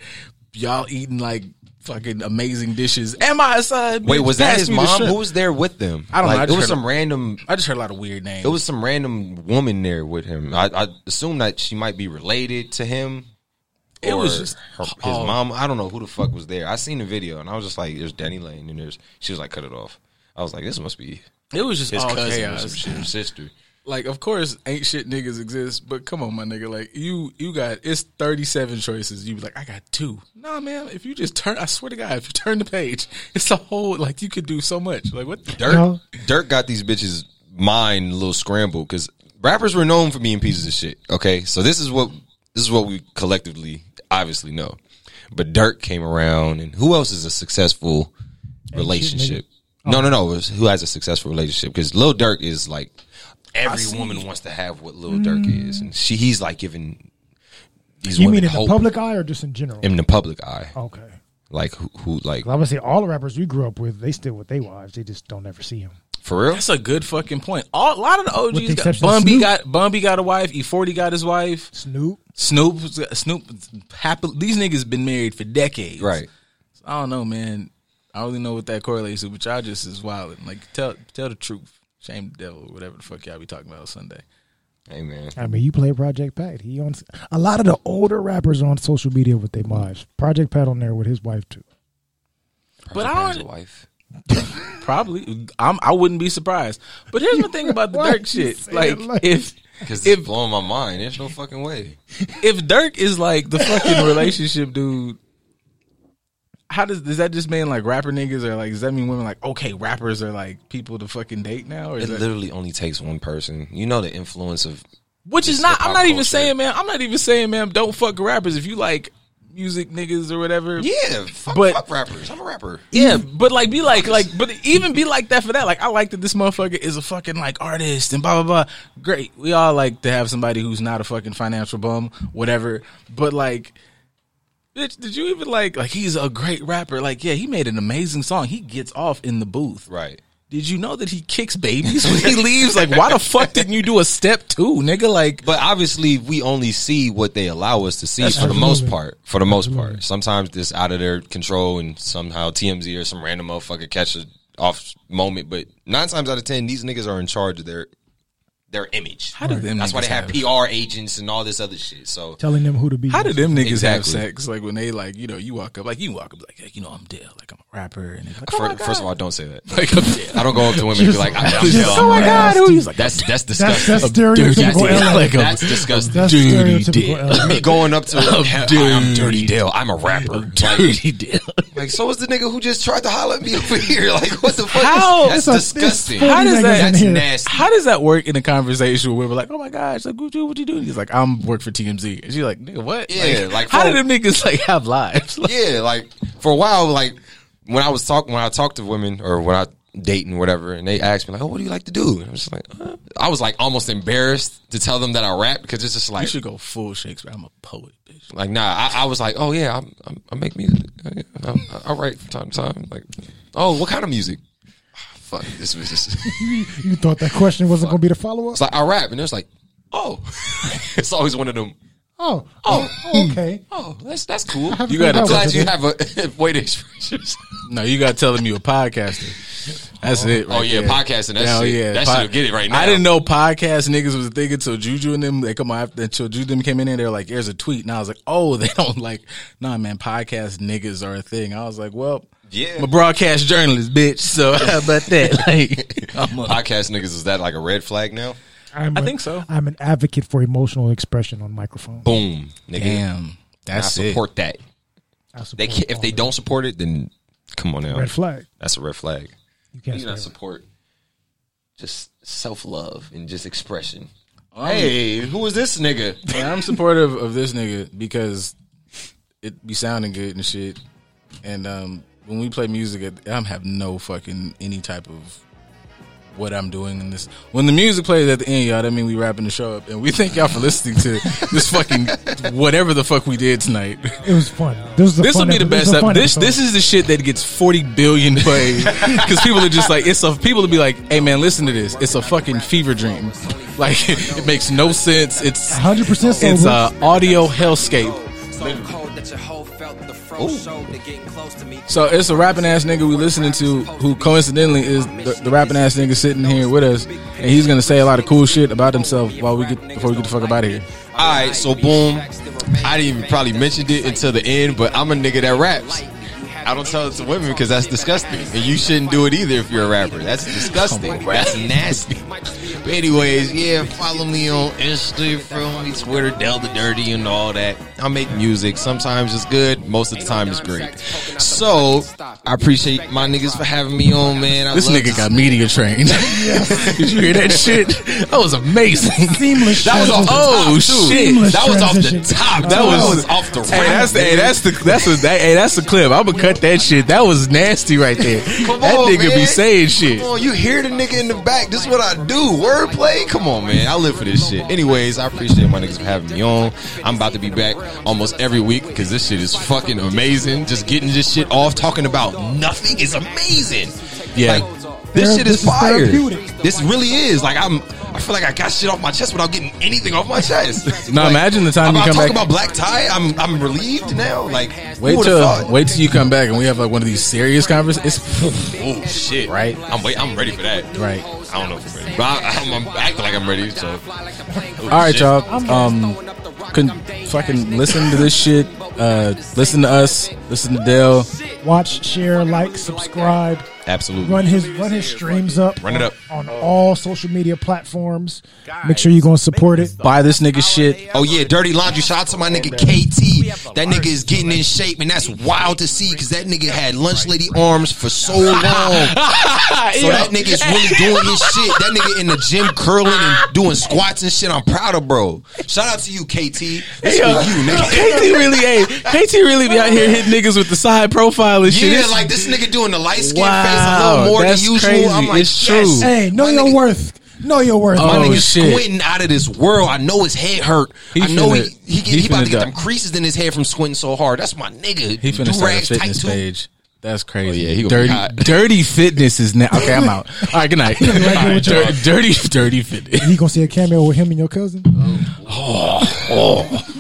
[SPEAKER 5] y'all eating like fucking amazing dishes. Am I a son?
[SPEAKER 6] wait,
[SPEAKER 5] bitch?
[SPEAKER 6] was that
[SPEAKER 5] Pass
[SPEAKER 6] his
[SPEAKER 5] me the
[SPEAKER 6] mom?
[SPEAKER 5] shrimp.
[SPEAKER 6] Who was there with them?
[SPEAKER 5] I don't know. I
[SPEAKER 6] Like,
[SPEAKER 5] just
[SPEAKER 6] it was
[SPEAKER 5] heard-
[SPEAKER 6] some random.
[SPEAKER 5] I just heard a lot of weird names.
[SPEAKER 6] It was some random woman there with him. I, I assume that she might be related to him.
[SPEAKER 5] It
[SPEAKER 6] or
[SPEAKER 5] was just-
[SPEAKER 6] her- his
[SPEAKER 5] oh.
[SPEAKER 6] mom. I don't know who the fuck was there. I seen the video and I was just like, "There's Danny Lane," and there's she was like, "Cut it off." I was like, "This must be
[SPEAKER 5] It was just
[SPEAKER 6] his
[SPEAKER 5] all
[SPEAKER 6] cousin or some
[SPEAKER 5] chaos.
[SPEAKER 6] shit, or sister."
[SPEAKER 5] Like, of course, ain't shit niggas exist, but come on, my nigga. Like, you you got it's thirty seven choices. You be like, I got two. Nah, man. If you just turn, I swear to God, if you turn the page, it's a whole like you could do so much. Like, what? The,
[SPEAKER 6] Dirk,
[SPEAKER 3] No.
[SPEAKER 6] Dirk got these bitches mind a little scrambled because rappers were known for being pieces of shit. Okay, so this is what this is what we collectively obviously know. But Dirk came around, and who else is a successful relationship?
[SPEAKER 3] Oh.
[SPEAKER 6] No, no, no. it was who has a successful relationship? Because Lil Dirk is like every woman wants to have what Lil Durk Dirk is, and she he's like giving these
[SPEAKER 3] Mm. You
[SPEAKER 6] women
[SPEAKER 3] mean in
[SPEAKER 6] hope
[SPEAKER 3] the public eye or just in general?
[SPEAKER 6] in the public eye,
[SPEAKER 3] okay.
[SPEAKER 6] like who, who like
[SPEAKER 3] 'Cause I would say all the rappers we grew up with, they still with their wives. They just don't ever see them.
[SPEAKER 6] for real.
[SPEAKER 5] that's a good fucking point. All, a lot of the
[SPEAKER 3] With the
[SPEAKER 5] OGs got
[SPEAKER 3] exception of
[SPEAKER 5] Bumby
[SPEAKER 3] Snoop.
[SPEAKER 5] got Bumby got a wife. E forty got his wife.
[SPEAKER 3] Snoop,
[SPEAKER 5] Snoop Snoop happy, These niggas been married for decades.
[SPEAKER 6] Right.
[SPEAKER 5] I don't know, man. I only know what that correlates to, but y'all just is wild. Like, tell tell the truth. Shame the devil, whatever the fuck y'all be talking about on Sunday.
[SPEAKER 6] Hey man.
[SPEAKER 3] I mean, you play Project Pat. He on a lot of the older rappers are on social media with their wives. Project Pat on there with his wife too.
[SPEAKER 5] But I don't
[SPEAKER 6] wife.
[SPEAKER 5] probably. I'm. I wouldn't be surprised. But here's my thing about the
[SPEAKER 3] Why
[SPEAKER 5] Dirk
[SPEAKER 3] you
[SPEAKER 5] shit.
[SPEAKER 3] say
[SPEAKER 5] Like,
[SPEAKER 3] it like-
[SPEAKER 5] if
[SPEAKER 6] Because
[SPEAKER 5] If-
[SPEAKER 6] it's blowing my mind. There's no fucking way.
[SPEAKER 5] if Dirk is like the fucking relationship dude, how does does that just mean like rapper niggas are like? Does that mean women like okay, rappers are like people to fucking date now? Or
[SPEAKER 6] It
[SPEAKER 5] is that,
[SPEAKER 6] literally only takes one person. You know the influence of
[SPEAKER 5] Which is
[SPEAKER 6] Just
[SPEAKER 5] not.
[SPEAKER 6] hip-hop
[SPEAKER 5] I'm not even
[SPEAKER 6] culture.
[SPEAKER 5] saying, man. I'm not even saying, man. Don't fuck rappers if you like music niggas or whatever.
[SPEAKER 6] yeah. Fuck,
[SPEAKER 5] But-
[SPEAKER 6] fuck rappers. I'm a rapper.
[SPEAKER 5] Yeah, but like be like like but even be like that for that. Like I like that this motherfucker is a fucking like artist and blah blah blah. Great. We all like to have somebody who's not a fucking financial bum, whatever. But like bitch, did you even like like he's a great rapper? Like, yeah, he made an amazing song. He gets off in the booth.
[SPEAKER 6] Right.
[SPEAKER 5] Did you know that he kicks babies when he leaves? Like, why the fuck didn't you do a step two, nigga? Like
[SPEAKER 6] But obviously, we only see what they allow us to see for the most part. For the most part, sometimes this out of their control, and somehow TMZ or some random motherfucker catch a off moment. But nine times out of ten, these niggas are in charge of their their image.
[SPEAKER 5] How do them
[SPEAKER 6] That's why
[SPEAKER 5] niggas
[SPEAKER 6] they have
[SPEAKER 5] have-
[SPEAKER 6] PR agents and all this other shit. So
[SPEAKER 3] Telling them who to be.
[SPEAKER 5] How do them niggas have
[SPEAKER 6] Exactly.
[SPEAKER 5] sex? Like when they like, you know, you walk up, like you walk up, like, you know, I'm Dale, like I'm a rapper, and it's like,
[SPEAKER 3] Oh
[SPEAKER 5] "Oh
[SPEAKER 6] fir- first of all, don't say that.
[SPEAKER 5] like I'm Dale.
[SPEAKER 6] I don't go up to women and be like, I'm, I'm
[SPEAKER 3] Just-
[SPEAKER 6] Dell.
[SPEAKER 3] oh my God, who he's like,
[SPEAKER 6] That's that's
[SPEAKER 3] That's
[SPEAKER 6] disgusting.
[SPEAKER 3] that's stereotypical.
[SPEAKER 5] dirty.
[SPEAKER 3] LA.
[SPEAKER 5] Like,
[SPEAKER 6] That's disgusting. Oh,
[SPEAKER 3] That's
[SPEAKER 5] Dirty
[SPEAKER 3] stereotypical.
[SPEAKER 5] dick.
[SPEAKER 3] LA.
[SPEAKER 6] me going up to him, "Hell, I'm
[SPEAKER 5] Dirty.
[SPEAKER 6] Dirty Dale. I'm a rapper. Like,
[SPEAKER 5] Dirty Dale.
[SPEAKER 6] like, so is the nigga who just tried to holler at me over here. Like, what the fuck?
[SPEAKER 5] How?
[SPEAKER 6] That's
[SPEAKER 3] It's a- it's
[SPEAKER 6] disgusting.
[SPEAKER 3] full
[SPEAKER 5] How does
[SPEAKER 3] niggas
[SPEAKER 5] that-
[SPEAKER 3] in
[SPEAKER 6] That's
[SPEAKER 3] here.
[SPEAKER 6] nasty.
[SPEAKER 5] How does that work in a conversation where we're like, oh my gosh, like what you what you do? He's like, I'm work for TMZ. And she's like, nigga, what?
[SPEAKER 6] Yeah, like,
[SPEAKER 5] how
[SPEAKER 6] for-
[SPEAKER 5] do them niggas like have lives? Like,
[SPEAKER 6] Yeah, like for a while, like when I was talk when I talked to women or when I dating whatever, and they asked me like, "Oh, what do you like to do?" And I was just like, uh, I was like almost embarrassed to tell them that I rap because it's just
[SPEAKER 5] You
[SPEAKER 6] like.
[SPEAKER 5] should go full Shakespeare. I'm a poet, bitch.
[SPEAKER 6] Like nah, I, I was like, oh yeah, I'm, I'm, I make music. I, I, I write from time to time. Like, oh, what kind of music? Ah, Fuck, this was just.
[SPEAKER 3] You thought that question wasn't going to be the follow up?
[SPEAKER 6] It's like I rap, and it's like, oh, it's always one of them.
[SPEAKER 3] Oh, oh, okay.
[SPEAKER 6] Oh, that's that's cool.
[SPEAKER 3] haven't
[SPEAKER 6] You got.
[SPEAKER 3] thought
[SPEAKER 6] I'm
[SPEAKER 3] that
[SPEAKER 6] glad
[SPEAKER 3] one
[SPEAKER 6] you
[SPEAKER 3] today.
[SPEAKER 6] have a way to express yourself.
[SPEAKER 5] No, you got telling me you a podcaster. That's it.
[SPEAKER 6] Oh, yeah, podcasting, that shit- that shit'll get it right now.
[SPEAKER 5] I didn't know podcast niggas was a thing until Juju and them. They come out until Juju and them came in and they were like, "Here's a tweet," and I was like, "Oh, they don't like." Nah, man, podcast niggas are a thing. I was like, "Well,
[SPEAKER 6] Yeah.
[SPEAKER 5] I'm a broadcast journalist, bitch. So how about that? Like, I'm a,
[SPEAKER 6] Podcast niggas, is that like a red flag now?
[SPEAKER 3] I'm
[SPEAKER 5] I
[SPEAKER 3] a-
[SPEAKER 5] think so.
[SPEAKER 3] I'm an advocate for emotional expression on microphone.
[SPEAKER 6] Boom, nigga.
[SPEAKER 5] damn,
[SPEAKER 6] I
[SPEAKER 5] that's it. Oh.
[SPEAKER 6] support that.
[SPEAKER 3] I support
[SPEAKER 6] They can, if they
[SPEAKER 3] all
[SPEAKER 6] don't support it, then come on now.
[SPEAKER 3] red flag,
[SPEAKER 6] That's a red flag.
[SPEAKER 3] you can't.
[SPEAKER 7] You gotta
[SPEAKER 3] say
[SPEAKER 7] support just self love and just expression.
[SPEAKER 5] Oh,
[SPEAKER 6] Hey, who is this nigga?
[SPEAKER 5] Yeah, I'm supportive of this nigga because it be sounding good and shit. And um, when we play music, I am have no fucking any type of what I'm doing in this. When the music plays at the end, y'all, that mean we wrapping the show up. And we thank y'all for listening to this fucking whatever the fuck we did tonight.
[SPEAKER 3] it. It was fun. This was a
[SPEAKER 5] This will
[SPEAKER 3] fun
[SPEAKER 5] be the
[SPEAKER 3] epi- this
[SPEAKER 5] best.
[SPEAKER 3] was a
[SPEAKER 5] Up.
[SPEAKER 3] fun
[SPEAKER 5] This
[SPEAKER 3] episode.
[SPEAKER 5] this is the shit that gets forty billion plays because people are just like it's a people will be like, hey man, listen to this. It's a fucking fever dream. Like it makes no sense. It's
[SPEAKER 3] 100% sober.
[SPEAKER 5] It's a
[SPEAKER 6] uh,
[SPEAKER 5] audio hellscape. So it's a rapping ass nigga we listening to, who coincidentally is the, the rapping ass nigga sitting here with us, and he's gonna say a lot of cool shit about himself while we get before we get the fuck up out of here.
[SPEAKER 6] All right, so boom. I didn't even probably mentioned it until the end, but I'm a nigga that raps. I don't tell it to women because that's disgusting, and you shouldn't do it either if you're a rapper. That's disgusting. that's nasty. But anyways, yeah, follow me on Instagram, Twitter, Del the Dirty, and all that. I make music. Sometimes it's good, most of the time it's great. So I appreciate my niggas for having me on, man. I
[SPEAKER 5] This
[SPEAKER 6] love
[SPEAKER 5] nigga got media trained. Did you hear that shit? That was amazing.
[SPEAKER 3] seamless.
[SPEAKER 6] That was off the top,
[SPEAKER 3] transition.
[SPEAKER 5] Oh,
[SPEAKER 6] too.
[SPEAKER 5] shit.
[SPEAKER 6] That was off the
[SPEAKER 3] Transition.
[SPEAKER 6] top. That
[SPEAKER 5] That
[SPEAKER 6] was
[SPEAKER 5] was-
[SPEAKER 6] off the.
[SPEAKER 5] Hey, that's the hey, that's the that's a that, hey, that's the clip. I'm gonna cut that shit. That was nasty right there.
[SPEAKER 6] Come
[SPEAKER 5] that
[SPEAKER 6] on,
[SPEAKER 5] nigga
[SPEAKER 6] man.
[SPEAKER 5] be saying shit.
[SPEAKER 6] Come on, you hear the nigga in the back. This is what I do. Wordplay. Come on, man. I live for this shit. Anyways, I appreciate my niggas for having me on. I'm about to be back almost every week because this shit is fucking amazing. Just getting this shit off, talking about nothing is amazing.
[SPEAKER 5] Yeah.
[SPEAKER 6] Like, this
[SPEAKER 3] Thera-
[SPEAKER 6] shit is
[SPEAKER 3] this is
[SPEAKER 6] fire.
[SPEAKER 3] therapeutic.
[SPEAKER 6] This really is. Like, I'm. I feel like I got shit off my chest without getting anything off my chest.
[SPEAKER 5] Now
[SPEAKER 6] Like,
[SPEAKER 5] imagine the time
[SPEAKER 6] I'm
[SPEAKER 5] you
[SPEAKER 6] about
[SPEAKER 5] come
[SPEAKER 6] talking
[SPEAKER 5] back.
[SPEAKER 6] about black tie. I'm I'm relieved now. Like, who
[SPEAKER 5] Wait
[SPEAKER 6] would've
[SPEAKER 5] till
[SPEAKER 6] thought?
[SPEAKER 5] wait till you come back and we have like one of these serious conversations.
[SPEAKER 6] Oh shit!
[SPEAKER 5] Right.
[SPEAKER 6] I'm wait. I'm ready for that.
[SPEAKER 5] right.
[SPEAKER 6] I don't know if I'm ready, but I, I'm, I'm acting like I'm ready. So,
[SPEAKER 5] All right, y'all. Um, can fucking listen to this shit. Uh, listen to us. Listen to Dell.
[SPEAKER 3] Watch, share, like, subscribe.
[SPEAKER 6] absolutely.
[SPEAKER 3] Run his run his streams up.
[SPEAKER 6] Run it
[SPEAKER 3] on-
[SPEAKER 6] up.
[SPEAKER 3] on all social media platforms. Make sure you're gonna support it.
[SPEAKER 5] Buy this nigga shit.
[SPEAKER 6] Oh yeah, dirty laundry. Shout out to my nigga KT. That nigga is getting in shape, and that's wild to see because that nigga had lunch lady arms for so long. So that nigga is really doing his shit. That nigga in the gym curling and doing squats and shit. I'm proud of bro. Shout out to you, KT. This
[SPEAKER 5] Yo,
[SPEAKER 6] for you, nigga.
[SPEAKER 5] KT uh, really, hey, KT really be out here hitting niggas with the side profile and shit.
[SPEAKER 6] Yeah,
[SPEAKER 5] It's-
[SPEAKER 6] like this nigga doing the light skin face a
[SPEAKER 5] Wow,
[SPEAKER 6] little more than
[SPEAKER 5] that's
[SPEAKER 6] usual. I'm
[SPEAKER 5] crazy.
[SPEAKER 6] like,
[SPEAKER 5] It's
[SPEAKER 6] yes.
[SPEAKER 5] true.
[SPEAKER 3] Hey, know
[SPEAKER 6] My
[SPEAKER 3] your
[SPEAKER 6] nigga-
[SPEAKER 3] worth. Know your worth.
[SPEAKER 5] Oh,
[SPEAKER 6] My nigga's
[SPEAKER 5] shit.
[SPEAKER 6] squinting out of this world. I know his head hurt.
[SPEAKER 5] He
[SPEAKER 6] I know
[SPEAKER 5] finna-
[SPEAKER 6] he he, get, he,
[SPEAKER 5] he
[SPEAKER 6] about to
[SPEAKER 5] finna
[SPEAKER 6] get
[SPEAKER 5] die.
[SPEAKER 6] them creases in his head from squinting so hard. That's my nigga.
[SPEAKER 5] he finna start a
[SPEAKER 6] Durag's tight
[SPEAKER 5] fitness
[SPEAKER 6] too.
[SPEAKER 5] page. That's crazy.
[SPEAKER 6] yeah, he gonna be
[SPEAKER 5] dirty,
[SPEAKER 6] hot.
[SPEAKER 5] dirty fitness is now. Okay, I'm out. All right, good night.
[SPEAKER 3] be right there with
[SPEAKER 5] All
[SPEAKER 3] y'all.
[SPEAKER 5] right, dir- dirty, dirty fitness.
[SPEAKER 3] You gonna see a cameo with him and your cousin?
[SPEAKER 5] Oh.